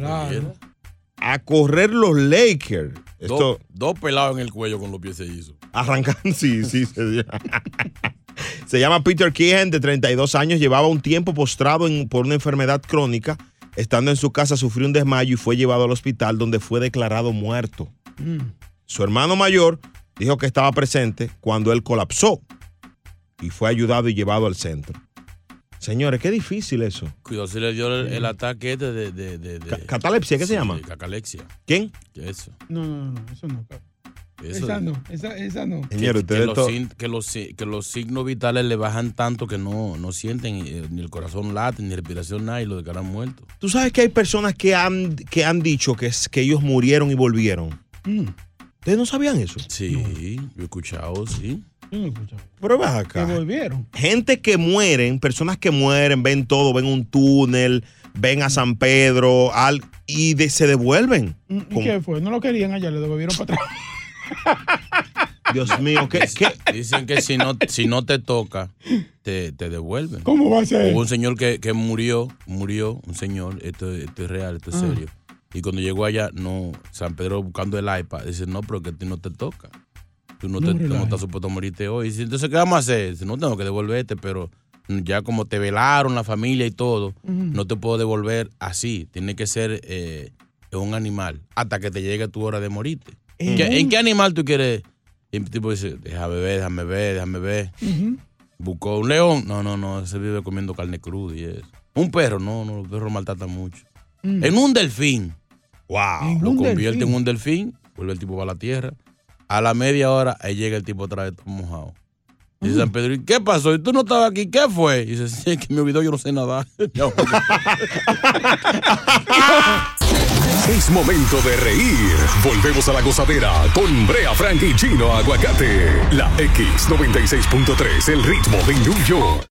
[SPEAKER 2] A correr los Lakers. Esto.
[SPEAKER 5] Dos, dos pelados en el cuello con los pies hizo.
[SPEAKER 2] Arrancan, sí, sí. Se, se llama Peter Keehan, de 32 años. Llevaba un tiempo postrado en- por una enfermedad crónica. Estando en su casa, sufrió un desmayo y fue llevado al hospital, donde fue declarado muerto. Su hermano mayor dijo que estaba presente cuando él colapsó y fue ayudado y llevado al centro. Señores, qué difícil eso.
[SPEAKER 5] Cuidado si le dio el, el ataque este de... de, de, de-
[SPEAKER 2] catalepsia, ¿qué se
[SPEAKER 5] sí,
[SPEAKER 2] llama?
[SPEAKER 5] de Cacalexia.
[SPEAKER 2] ¿Quién?
[SPEAKER 5] Eso.
[SPEAKER 3] No, no, no, no, eso no.
[SPEAKER 5] eso.
[SPEAKER 3] esa no, esa, esa no.
[SPEAKER 5] Que-
[SPEAKER 2] Señor,
[SPEAKER 5] que,
[SPEAKER 2] ustedes
[SPEAKER 5] los
[SPEAKER 2] to-
[SPEAKER 5] sin- que los si- que los signos vitales le bajan tanto que no, no sienten eh, ni el corazón late, ni respiración, nada, y lo declaran muerto.
[SPEAKER 2] Tú sabes que hay personas que han, que han dicho que, es- que ellos murieron y volvieron.
[SPEAKER 3] Mm,
[SPEAKER 2] ¿Ustedes no sabían eso?
[SPEAKER 5] Sí, yo he escuchado, sí.
[SPEAKER 2] Pero vas acá.
[SPEAKER 3] Que volvieron.
[SPEAKER 2] gente que mueren, personas que mueren, ven todo, ven un túnel, ven a San Pedro, al, y de- se devuelven.
[SPEAKER 3] Mm, ¿Y
[SPEAKER 2] Como-
[SPEAKER 3] qué fue? No lo querían allá, le devolvieron para atrás.
[SPEAKER 2] Dios mío, ¿qué? qué?
[SPEAKER 5] Dicen que si no, si no te toca, te, te devuelven.
[SPEAKER 3] ¿Cómo va a ser?
[SPEAKER 5] Hubo un señor que, que murió, murió, un señor, esto, esto es real, esto es
[SPEAKER 3] Ah.
[SPEAKER 5] serio. Y cuando llegó allá, no, San Pedro buscando el iPad, dice, no, pero que a ti no te toca. Tú no,
[SPEAKER 3] No me
[SPEAKER 5] te, tú no
[SPEAKER 3] relajes.
[SPEAKER 5] estás supuesto a morirte hoy. Dice, entonces, ¿qué vamos a hacer? Dice, no tengo que devolverte, pero ya como te velaron la familia y todo, no te puedo devolver así. Tiene que ser eh, un animal hasta que te llegue tu hora de morirte. ¿En, qué,
[SPEAKER 3] Eh.
[SPEAKER 5] en qué animal tú quieres? Y el tipo dice, déjame ver, déjame ver, déjame ver.
[SPEAKER 3] Ujú.
[SPEAKER 5] Buscó un león. No, no, no, se vive comiendo carne cruda y eso. Un perro, no, no, los perros maltratan mucho.
[SPEAKER 3] Mm.
[SPEAKER 5] En un delfín.
[SPEAKER 2] Wow.
[SPEAKER 5] Lo
[SPEAKER 3] un
[SPEAKER 5] convierte
[SPEAKER 3] delfín.
[SPEAKER 5] en un delfín, vuelve el tipo para la tierra. A la media hora, ahí llega el tipo otra vez todo mojado. Dice San Pedro, ¿y qué pasó? ¿Y tú no estabas aquí? ¿Qué fue? Y dice, sí, es que me olvidó, yo no sé nadar. No.
[SPEAKER 2] Ah,
[SPEAKER 1] Es momento de reír. Volvemos a la gozadera con Brea Frank y Chino Aguacate. La X96.3, el ritmo de New York.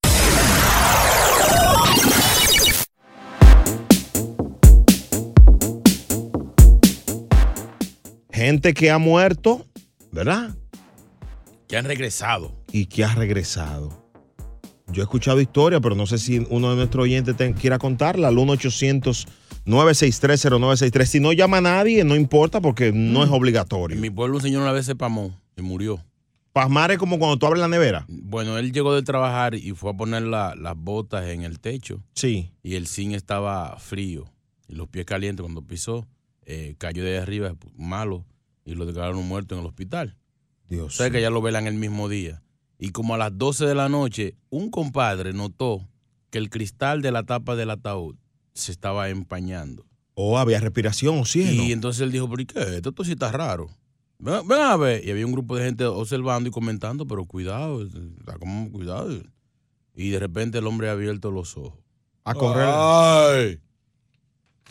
[SPEAKER 2] Gente que ha muerto, ¿verdad?
[SPEAKER 5] que han regresado.
[SPEAKER 2] Y que ha regresado. Yo he escuchado historia, pero no sé si uno de nuestros oyentes te- quiera contarla al 1-800-963-0963. Si no llama a nadie, no importa porque no es obligatorio.
[SPEAKER 5] En Mm. mi pueblo un señor una vez se pamó y murió.
[SPEAKER 2] Pasmar es como cuando tú abres la nevera.
[SPEAKER 5] Bueno, él llegó de trabajar y fue a poner la- las botas en el techo.
[SPEAKER 2] Sí.
[SPEAKER 5] Y el zinc estaba frío. Y los pies calientes cuando pisó, eh, cayó de ahí arriba malo y lo declararon muerto en el hospital.
[SPEAKER 2] Dios.
[SPEAKER 5] Sabes que ya lo velan el mismo día. Y como a las 12 de la noche, un compadre notó que el cristal de la tapa del ataúd se estaba empañando.
[SPEAKER 2] O había respiración o cielo.
[SPEAKER 5] Y entonces él dijo, pero ¿y qué? es Esto, esto sí está raro. Ven, ven a ver. Y había un grupo de gente observando y comentando, pero cuidado, está como cuidado. Y de repente el hombre ha abierto los ojos.
[SPEAKER 2] A correr.
[SPEAKER 5] Ah. ¡Ay!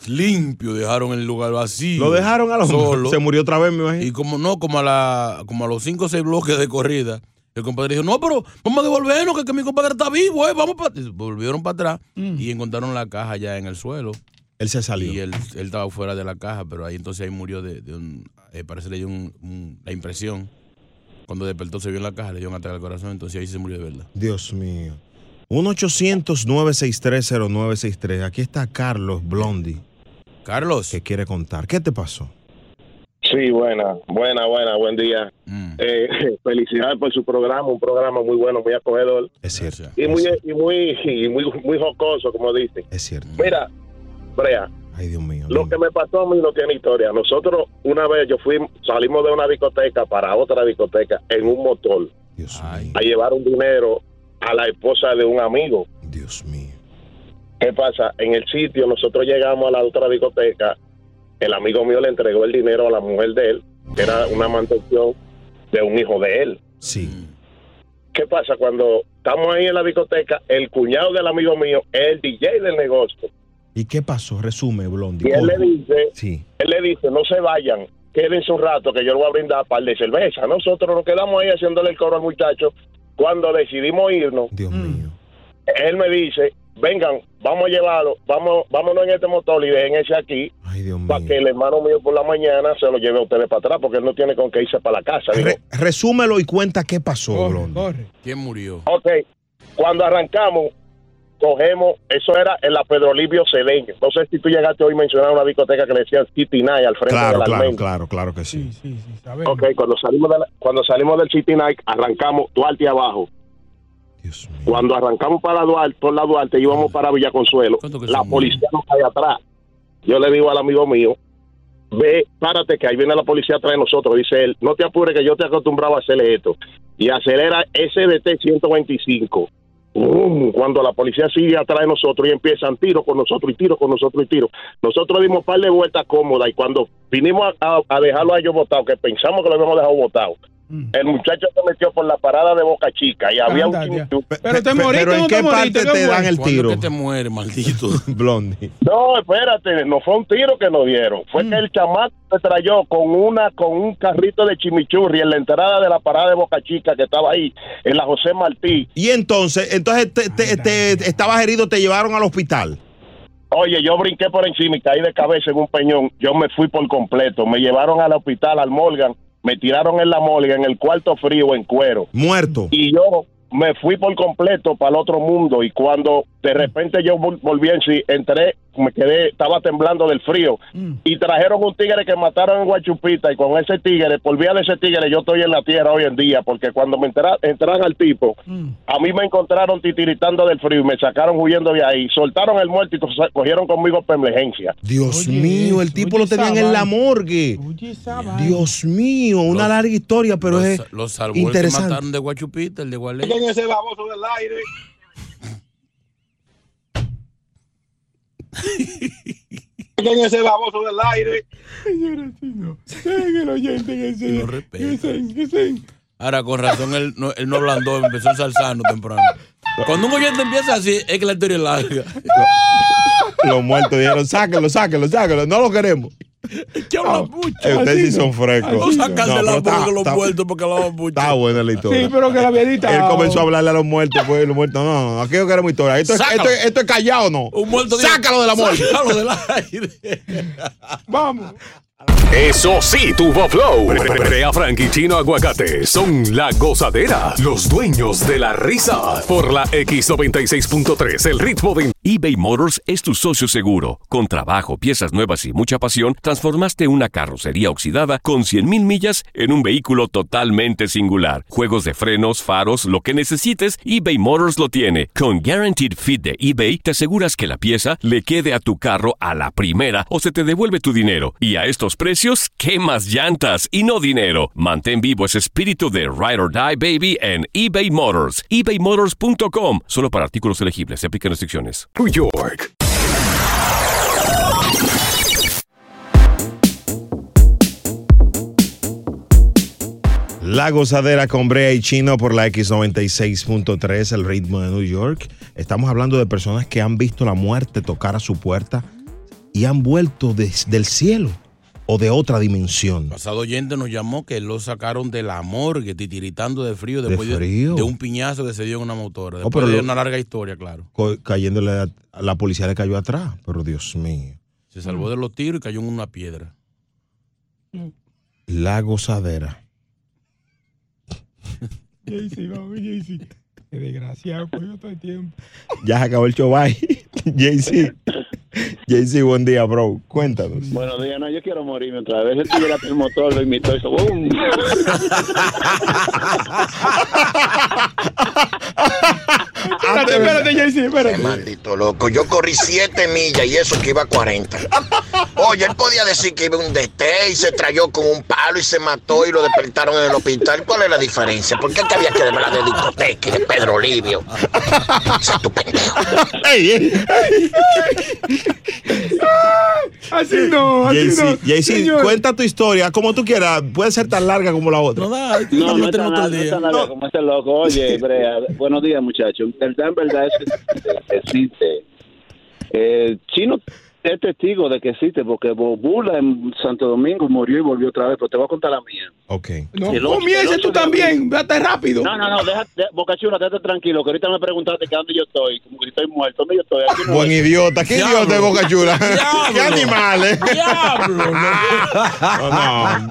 [SPEAKER 5] Limpio, dejaron el lugar vacío.
[SPEAKER 2] Lo dejaron a los
[SPEAKER 5] Solo.
[SPEAKER 2] Se murió otra vez, me imagino.
[SPEAKER 5] Y como no, como a, la, como a los cinco o seis bloques de corrida, el compadre dijo, no, pero vamos a devolvernos, que, que mi compadre está vivo, eh, vamos para... Volvieron para atrás y encontraron la caja ya en el suelo.
[SPEAKER 2] Él se salió.
[SPEAKER 5] Y él, él estaba fuera de la caja, pero ahí entonces ahí murió de, de un... eh, parece que le dio un- un- la impresión. Cuando despertó se vio en la caja, le dio un ataque al corazón, entonces ahí se murió de verdad.
[SPEAKER 2] Dios mío. 1-800-963-0963. Aquí está Carlos Blondi.
[SPEAKER 5] Carlos.
[SPEAKER 2] Que quiere contar. ¿Qué te pasó?
[SPEAKER 10] Sí, buena, buena, buena, buen día.
[SPEAKER 2] Mm.
[SPEAKER 10] Eh, felicidades por su programa, un programa muy bueno, muy acogedor.
[SPEAKER 2] Es cierto.
[SPEAKER 10] Y muy, y muy, y muy, muy jocoso, como dicen.
[SPEAKER 2] Es cierto.
[SPEAKER 10] Mira, Brea. Lo que me pasó a mí no tiene historia. Nosotros, una vez yo fui, salimos de una discoteca para otra discoteca en un motor. A llevar un dinero a la esposa de un amigo. Dios mío. ¿Qué pasa? En el sitio, nosotros llegamos a la otra discoteca. El amigo mío le entregó el dinero a la mujer de él, que era una mantención de un hijo de él.
[SPEAKER 2] Sí.
[SPEAKER 10] ¿Qué pasa? Cuando estamos ahí en la discoteca, el cuñado del amigo mío es el DJ del negocio.
[SPEAKER 2] ¿Y qué pasó? Resume, Blondi.
[SPEAKER 10] Y él le
[SPEAKER 2] corre.
[SPEAKER 10] dice,
[SPEAKER 2] Sí.
[SPEAKER 10] él le dice, no se vayan, quédense un rato que yo le voy a brindar par de cerveza. Nosotros nos quedamos ahí haciéndole el coro al muchacho. Cuando decidimos irnos, él me dice, vengan, vamos a llevarlo, vamos, vámonos en este motor y dejen ese aquí.
[SPEAKER 2] Para
[SPEAKER 10] que el hermano mío por la mañana se lo lleve a ustedes para atrás, porque él no tiene con qué irse para la casa. Digo,
[SPEAKER 2] Resúmelo y cuenta qué pasó,
[SPEAKER 5] Oh.
[SPEAKER 2] Blondi.
[SPEAKER 5] ¿Quién murió?
[SPEAKER 10] Ok, cuando arrancamos, cogemos, eso era en la Pedro Livio Cedeño. No sé si tú llegaste hoy a mencionar una discoteca que le decían City Night al frente de
[SPEAKER 2] Claro,
[SPEAKER 10] la
[SPEAKER 2] claro,
[SPEAKER 10] Almendra.
[SPEAKER 2] claro, claro que sí.
[SPEAKER 10] Ok, cuando salimos, de la- cuando salimos del City Night, arrancamos Duarte abajo. Cuando arrancamos para Duarte, por la Duarte, íbamos para Villa Consuelo. La policía nos cae atrás. Yo le digo al amigo mío, ve, párate que ahí viene la policía atrás de nosotros. Dice él, no te apures que yo te acostumbraba a hacerle esto. Y acelera SDT 125. ¡Bum! Cuando la policía sigue atrás de nosotros y empiezan tiro con nosotros y tiro con nosotros y tiro. Nosotros dimos un par de vueltas cómodas y cuando vinimos a, a- a dejarlo a ellos botado, que pensamos que lo habíamos dejado botado, el muchacho se metió por la parada de Boca Chica y había un
[SPEAKER 3] Anda, ya.
[SPEAKER 10] chinchu.
[SPEAKER 3] Pero te moriste,
[SPEAKER 2] pero ¿en
[SPEAKER 3] no te
[SPEAKER 2] qué
[SPEAKER 3] moriste,
[SPEAKER 2] parte te
[SPEAKER 3] fue?
[SPEAKER 2] dan el
[SPEAKER 10] ¿Cuándo
[SPEAKER 2] tiro?
[SPEAKER 10] que
[SPEAKER 5] te muere, maldito?
[SPEAKER 2] Blondi.
[SPEAKER 10] No, espérate, no fue un tiro que nos dieron,
[SPEAKER 2] Mm.
[SPEAKER 10] fue que el chamaco se trayó con una con un carrito de chimichurri en la entrada de la parada de Boca Chica que estaba ahí, en la José Martí.
[SPEAKER 2] Y entonces, entonces te, te- te- estabas herido, te llevaron al hospital.
[SPEAKER 10] Oye, yo brinqué por encima y caí de cabeza en un peñón. Yo me fui por completo. Me llevaron al hospital, al Morgan. Me tiraron en la Morgan, en el cuarto frío, en cuero.
[SPEAKER 2] Muerto.
[SPEAKER 10] Y yo me fui por completo para el otro mundo. Y cuando de repente yo vol- volví en sí, entré, me quedé, estaba temblando del frío. Y trajeron un tigre que mataron en Guachupita. Y con ese tigre, por vía de ese tigre, yo estoy en la tierra hoy en día. Porque cuando me entra- entraron al tipo,
[SPEAKER 3] Mm.
[SPEAKER 10] a mí me encontraron titiritando del frío y me sacaron huyendo de ahí. Soltaron el muerto y co- cogieron conmigo permejencia.
[SPEAKER 2] Dios mío, el tipo lo tenían en la morgue. Dios mío, una larga historia, pero es
[SPEAKER 5] Lo salvó el que
[SPEAKER 2] Eh, interesante.
[SPEAKER 5] mataron de Guachupita, el de Gualey.
[SPEAKER 10] ese baboso del aire?
[SPEAKER 13] ¿Quién es ese baboso del aire?
[SPEAKER 3] Dejen el oyente que se- que se- que se-
[SPEAKER 5] Ahora, con razón, él no, él no ablandó, empezó ensalzando temprano. Cuando un oyente empieza así, es que la historia es larga.
[SPEAKER 2] Los muertos dijeron, sáquenlo, sáquenlo, sáquenlo, no lo queremos.
[SPEAKER 5] habla
[SPEAKER 2] Eh, Ustedes sí son
[SPEAKER 5] No
[SPEAKER 2] frescos.
[SPEAKER 5] sacan de la boca los muertos porque la van
[SPEAKER 2] Está buena la historia.
[SPEAKER 3] Sí, pero que la había editado.
[SPEAKER 2] Él comenzó a hablarle a los muertos, pues los muertos, no, no, no, aquí no queremos historia. Esto es,
[SPEAKER 3] Sácalo.
[SPEAKER 2] esto, es- esto es callado, ¿no?
[SPEAKER 5] Un muerto
[SPEAKER 2] Sácalo de la muerte.
[SPEAKER 5] Sácalo del aire.
[SPEAKER 3] Vamos.
[SPEAKER 1] Eso sí, tuvo flow. Brea Frank y Chino Aguacate son la gozadera, los dueños de la risa. Por la X96.3, el ritmo de...
[SPEAKER 17] eBay Motors es tu socio seguro. Con trabajo, piezas nuevas y mucha pasión, transformaste una carrocería oxidada con 100.000 millas en un vehículo totalmente singular. Juegos de frenos, faros, lo que necesites, eBay Motors lo tiene. Con Guaranteed Fit de eBay, te aseguras que la pieza le quede a tu carro a la primera o se te devuelve tu dinero. Y a estos precios, ¿qué más llantas y no dinero? Mantén vivo ese espíritu de Ride or Die Baby en eBay Motors. ebaymotors.com. Solo para artículos elegibles. Se aplican restricciones.
[SPEAKER 1] New York.
[SPEAKER 2] La gozadera con Brea y Chino por la X96.3, el ritmo de New York. Estamos hablando de personas que han visto la muerte tocar a su puerta y han vuelto desde el cielo o de otra dimensión.
[SPEAKER 5] pasado oyente nos llamó que lo sacaron de la morgue, titiritando de frío, después de,
[SPEAKER 2] frío.
[SPEAKER 5] de un piñazo que se dio en una motora.
[SPEAKER 2] Oh,
[SPEAKER 5] Después
[SPEAKER 2] pero
[SPEAKER 5] de
[SPEAKER 2] lo-
[SPEAKER 5] una larga historia, claro.
[SPEAKER 2] Co- Cayéndole a a la policía le cayó atrás, pero Dios mío.
[SPEAKER 5] Se salvó de los tiros y cayó en una piedra.
[SPEAKER 2] La gozadera.
[SPEAKER 3] Jaycee, vamos, Jaycee. Qué desgraciado, coño, todo el tiempo.
[SPEAKER 2] Ya se acabó el show, bye. Jay-Z. Jay-Z, buen día, bro. Cuéntanos.
[SPEAKER 12] Buenos días, no, yo quiero morirme otra vez. Él tuviera el motor, lo imitó y hizo ¡boom!
[SPEAKER 13] Ah, pues,
[SPEAKER 3] Espérate, espérate, Jaycee, espérate.
[SPEAKER 9] Maldito loco, yo corrí 7 millas y eso que iba a 40. Oye, él podía decir que iba a un DT y se trayó con un palo y se mató y lo despertaron en el hospital. ¿Cuál es la diferencia? ¿Por qué es que había que hablar de discoteca y de Pedro Livio?
[SPEAKER 2] ¡Ey, ey!
[SPEAKER 3] Así no, así no.
[SPEAKER 2] Jay-Z, Jay-Z,
[SPEAKER 3] Señor.
[SPEAKER 2] cuenta tu historia como tú quieras. Puede ser tan larga como la otra.
[SPEAKER 12] No, no, es tan largo, no es tan largo como este loco. Oye, Brea, buenos días, muchachos. En verdad, en verdad, eso existe, existe. Eh, Chino es testigo de que existe, porque Bobula en Santo Domingo murió y volvió otra vez, pero te voy a contar la mía.
[SPEAKER 2] Ok.
[SPEAKER 3] No,
[SPEAKER 12] El ocho-
[SPEAKER 3] comienza
[SPEAKER 12] el
[SPEAKER 3] tú
[SPEAKER 12] ocho de
[SPEAKER 3] también,
[SPEAKER 12] abril.
[SPEAKER 3] vete rápido.
[SPEAKER 12] No, no, no, déjate, Boca Chula, déjate tranquilo, que ahorita me preguntaste que dónde yo estoy, como que estoy muerto, ¿dónde yo estoy? Aquí no
[SPEAKER 2] Buen
[SPEAKER 12] es.
[SPEAKER 2] idiota. ¿Qué idiota de Boca Chula? ¿Qué eh. animales? No, no.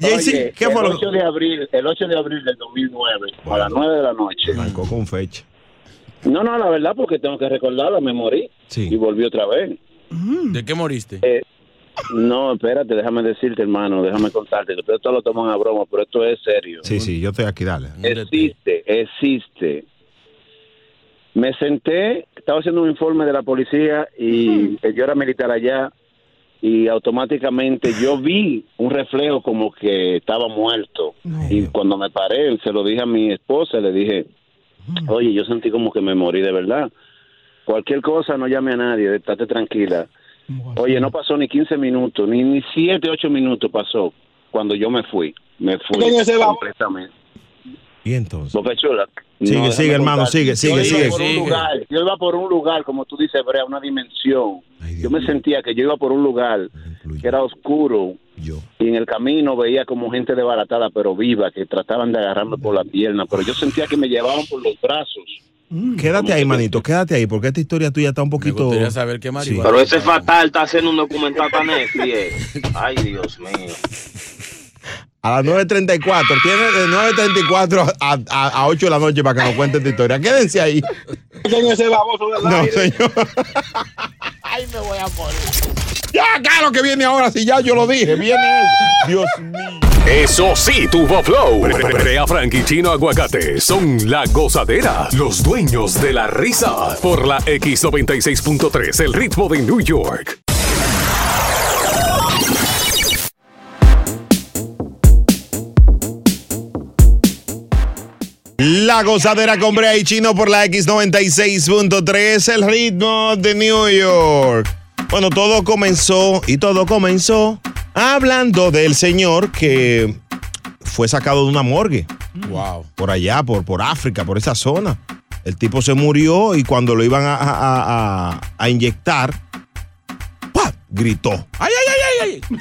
[SPEAKER 2] Jay-Z,
[SPEAKER 12] Oye,
[SPEAKER 2] ¿qué fue
[SPEAKER 12] el
[SPEAKER 2] lo
[SPEAKER 12] 8 de abril, el 8 de abril del 2009, a las 9 de la noche.
[SPEAKER 2] Marcó con fecha.
[SPEAKER 12] No, no, la verdad, porque tengo que recordarla, me morí y volví otra vez.
[SPEAKER 5] ¿De qué moriste?
[SPEAKER 12] Eh, no, espérate, déjame decirte, hermano, déjame contarte, que ustedes todo lo toman a broma, pero esto es serio.
[SPEAKER 2] Sí, sí, yo estoy aquí, dale.
[SPEAKER 12] Existe, existe. Me senté, estaba haciendo un informe de la policía y eh, yo era militar allá y automáticamente yo vi un reflejo como que estaba muerto. Y cuando me paré, se lo dije a mi esposa, le dije, oye, yo sentí como que me morí de verdad. Cualquier cosa, no llame a nadie, estate tranquila. Oye, no pasó ni 15 minutos, ni, ni 7, 8 minutos pasó cuando yo me fui. Me fui
[SPEAKER 2] Coño, se va.
[SPEAKER 12] completamente.
[SPEAKER 2] ¿Y entonces?
[SPEAKER 12] Boca Chula.
[SPEAKER 2] Sigue,
[SPEAKER 12] déjame
[SPEAKER 2] sigue, hermano, sigue, sigue,
[SPEAKER 12] yo
[SPEAKER 2] sigue.
[SPEAKER 12] Iba por un
[SPEAKER 2] Sigue.
[SPEAKER 12] lugar, yo iba por un lugar, como tú dices, Brea, una dimensión. yo me sentía que yo iba por un lugar que era oscuro. Y en el camino veía como gente desbaratada, pero viva, que trataban de agarrarme por la pierna. Pero yo sentía que me llevaban por los brazos.
[SPEAKER 2] Quédate ahí, manito, quédate ahí, porque esta historia tuya está un poquito.
[SPEAKER 12] gustaría saber qué marihuana.
[SPEAKER 2] Sí.
[SPEAKER 12] Pero ese
[SPEAKER 24] fatal está haciendo un documental para Netflix. Ay, Dios mío.
[SPEAKER 2] A las 9.34, tiene de 9.34 a, a, a 8 de la noche para que nos cuente esta historia. Quédense ahí. No, señor.
[SPEAKER 13] Ay, me voy a morir.
[SPEAKER 2] Ya, claro que viene ahora, si ya yo lo dije. Viene él. Dios
[SPEAKER 1] Eso sí, tuvo flow. Brea Frank y Chino Aguacate son la gozadera, los dueños de la risa. Por la X96.3, el ritmo de New York.
[SPEAKER 2] La gozadera con Brea y Chino por la X96.3, el ritmo de New York. Bueno, todo comenzó y todo comenzó hablando del señor que fue sacado de una morgue.
[SPEAKER 5] Wow.
[SPEAKER 2] Por allá, por, por África, por esa zona. El tipo se murió y cuando lo iban a, a- a- a- a inyectar, ¡pah! gritó.
[SPEAKER 5] ¡Ay, ay, ay, ay! ay!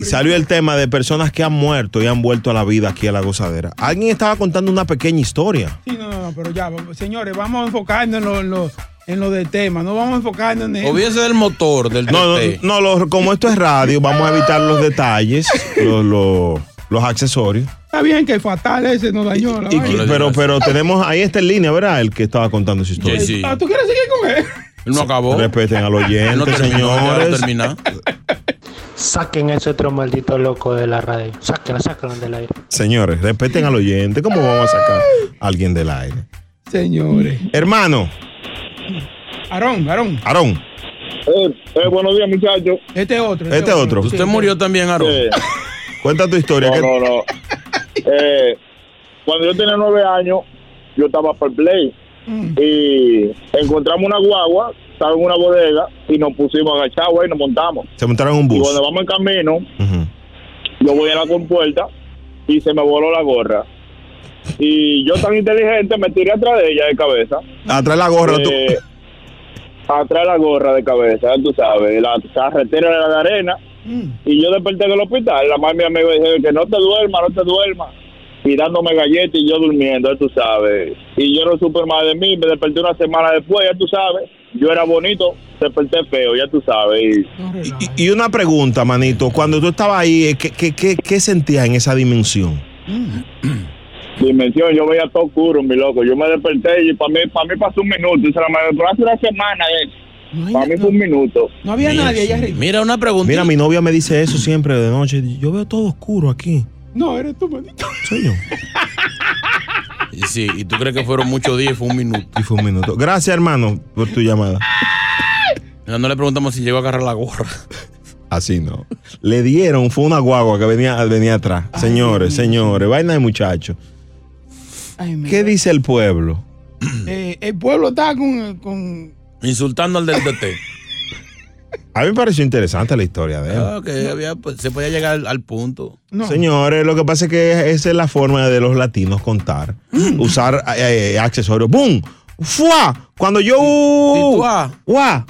[SPEAKER 2] Y salió el tema de personas que han muerto y han vuelto a la vida aquí a la gozadera. Alguien estaba contando una pequeña historia.
[SPEAKER 3] Sí, no, no, no, pero ya, señores, vamos a enfocarnos en lo, en lo, en lo del tema, no vamos a enfocarnos en eso.
[SPEAKER 5] Obviese el motor del
[SPEAKER 2] No, no,
[SPEAKER 5] TT.
[SPEAKER 2] no, los- como esto es radio, vamos a evitar los detalles, los, los- los accesorios.
[SPEAKER 3] Está bien que el fatal ese nos dañó. la
[SPEAKER 2] Y que-
[SPEAKER 3] vaina.
[SPEAKER 2] pero, pero tenemos, ahí está en línea, ¿verdad? El que estaba contando su historia.
[SPEAKER 3] Ah, ¿Tú quieres seguir con él?
[SPEAKER 5] No acabó.
[SPEAKER 2] Respeten al oyente,
[SPEAKER 5] No terminó, ya no
[SPEAKER 2] señores.
[SPEAKER 5] terminó.
[SPEAKER 23] Saquen ese otro maldito loco de la radio. Sáquenlo, sáquenlo del aire.
[SPEAKER 2] Señores, respeten al oyente. ¿Cómo vamos a sacar a alguien del aire?
[SPEAKER 3] Señores.
[SPEAKER 2] Hermano,
[SPEAKER 3] Aarón, Aarón.
[SPEAKER 2] Aarón.
[SPEAKER 7] Eh, buenos días, muchachos.
[SPEAKER 3] Este otro.
[SPEAKER 2] Este otro.
[SPEAKER 5] Usted murió también, Aro.
[SPEAKER 2] Cuenta tu historia.
[SPEAKER 7] No, no, no. Eh, cuando yo tenía nueve años, yo estaba por play y encontramos una guagua, estaba en una bodega y nos pusimos agachados ahí y nos montamos.
[SPEAKER 2] se montaron en un
[SPEAKER 7] Y
[SPEAKER 2] bus.
[SPEAKER 7] cuando vamos en camino, yo voy a la compuerta y se me voló la gorra. Y yo tan inteligente me tiré atrás de ella de cabeza. Eh,
[SPEAKER 2] Atrás la gorra, tú.
[SPEAKER 7] Atrás la gorra de cabeza, tú sabes. La carretera era de arena.
[SPEAKER 2] Mm.
[SPEAKER 7] Y yo desperté en el hospital. La mami mía me dijo que no te duerma, no te duerma. Y dándome galletas y yo durmiendo, ya tú sabes. Y yo no supe más de mí. Me desperté una semana después, ya tú sabes. Yo era bonito, desperté feo, ya tú sabes. Y
[SPEAKER 2] Y, y una pregunta, manito. Cuando tú estabas ahí, eh, ¿qué, qué, qué- qué sentías en esa dimensión?
[SPEAKER 7] dimensión, yo veía todo oscuro, mi loco. Yo me desperté y para mí, para mí pasó un minuto. Y se la me duró hace una semana. para mí fue un minuto.
[SPEAKER 3] No había nadie allá arriba.
[SPEAKER 5] Mira, una pregunta.
[SPEAKER 2] Mira, mi novia me dice eso siempre de noche. Yo veo todo oscuro aquí.
[SPEAKER 3] No, eres tú, manito.
[SPEAKER 2] Soy yo.
[SPEAKER 5] Y Sí, y tú crees que fueron muchos días y fue un minuto.
[SPEAKER 2] Y fue un minuto. Gracias, hermano, por tu llamada.
[SPEAKER 5] No, no le preguntamos si llegó a agarrar la gorra.
[SPEAKER 2] Así no. Le dieron, fue una guagua que venía, venía atrás. Señores, señores, vaina de muchachos. ¿Qué dice el pueblo?
[SPEAKER 3] Eh, el pueblo está con, con-
[SPEAKER 5] Insultando al del DT.
[SPEAKER 2] A mí me pareció interesante la historia de él.
[SPEAKER 5] Ah, que había- pues, se podía llegar al, al punto.
[SPEAKER 2] Señores, lo que pasa es que esa es la forma de los latinos contar.
[SPEAKER 3] Mm.
[SPEAKER 2] Usar eh, eh, accesorios. ¡Bum! ¡Fua! Cuando yo.
[SPEAKER 3] ah.
[SPEAKER 2] ¡Fua!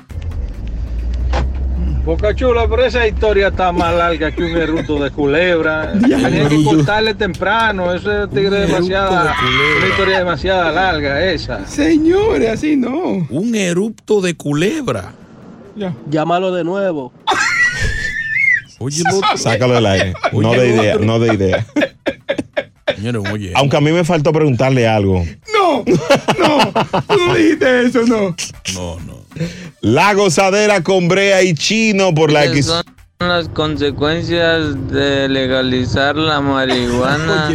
[SPEAKER 8] Boca Chula, pero esa historia está más larga que un eruto de culebra. Tenía que cortarle temprano. Eso es tigre demasiada. Una historia demasiada larga esa.
[SPEAKER 3] Señores, así no.
[SPEAKER 5] Un erupto de culebra.
[SPEAKER 8] Llámalo de nuevo.
[SPEAKER 5] Oye,
[SPEAKER 2] Sácalo del aire. No
[SPEAKER 5] Oye,
[SPEAKER 2] de idea,
[SPEAKER 5] otro.
[SPEAKER 2] no de idea.
[SPEAKER 5] Señores, un oye.
[SPEAKER 2] Aunque a mí me faltó preguntarle algo.
[SPEAKER 3] No, no, tú no dijiste eso, no.
[SPEAKER 2] La gozadera con Brea y Chino por la
[SPEAKER 15] ¿Qué
[SPEAKER 2] X.
[SPEAKER 15] son las consecuencias de legalizar la marihuana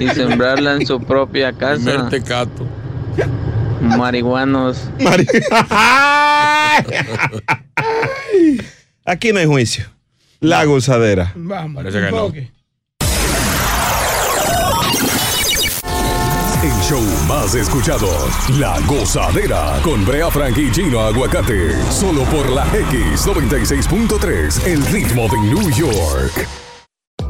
[SPEAKER 15] y sembrarla en su propia casa? Marihuanos.
[SPEAKER 2] Aquí no hay juicio. La gozadera.
[SPEAKER 3] Vamos.
[SPEAKER 2] Parece que no.
[SPEAKER 3] enfoque.
[SPEAKER 1] El show más escuchado, La Gozadera, con Brea Frank y Gino Aguacate, solo por la X96.3, el ritmo de New York.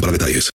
[SPEAKER 15] para detalles.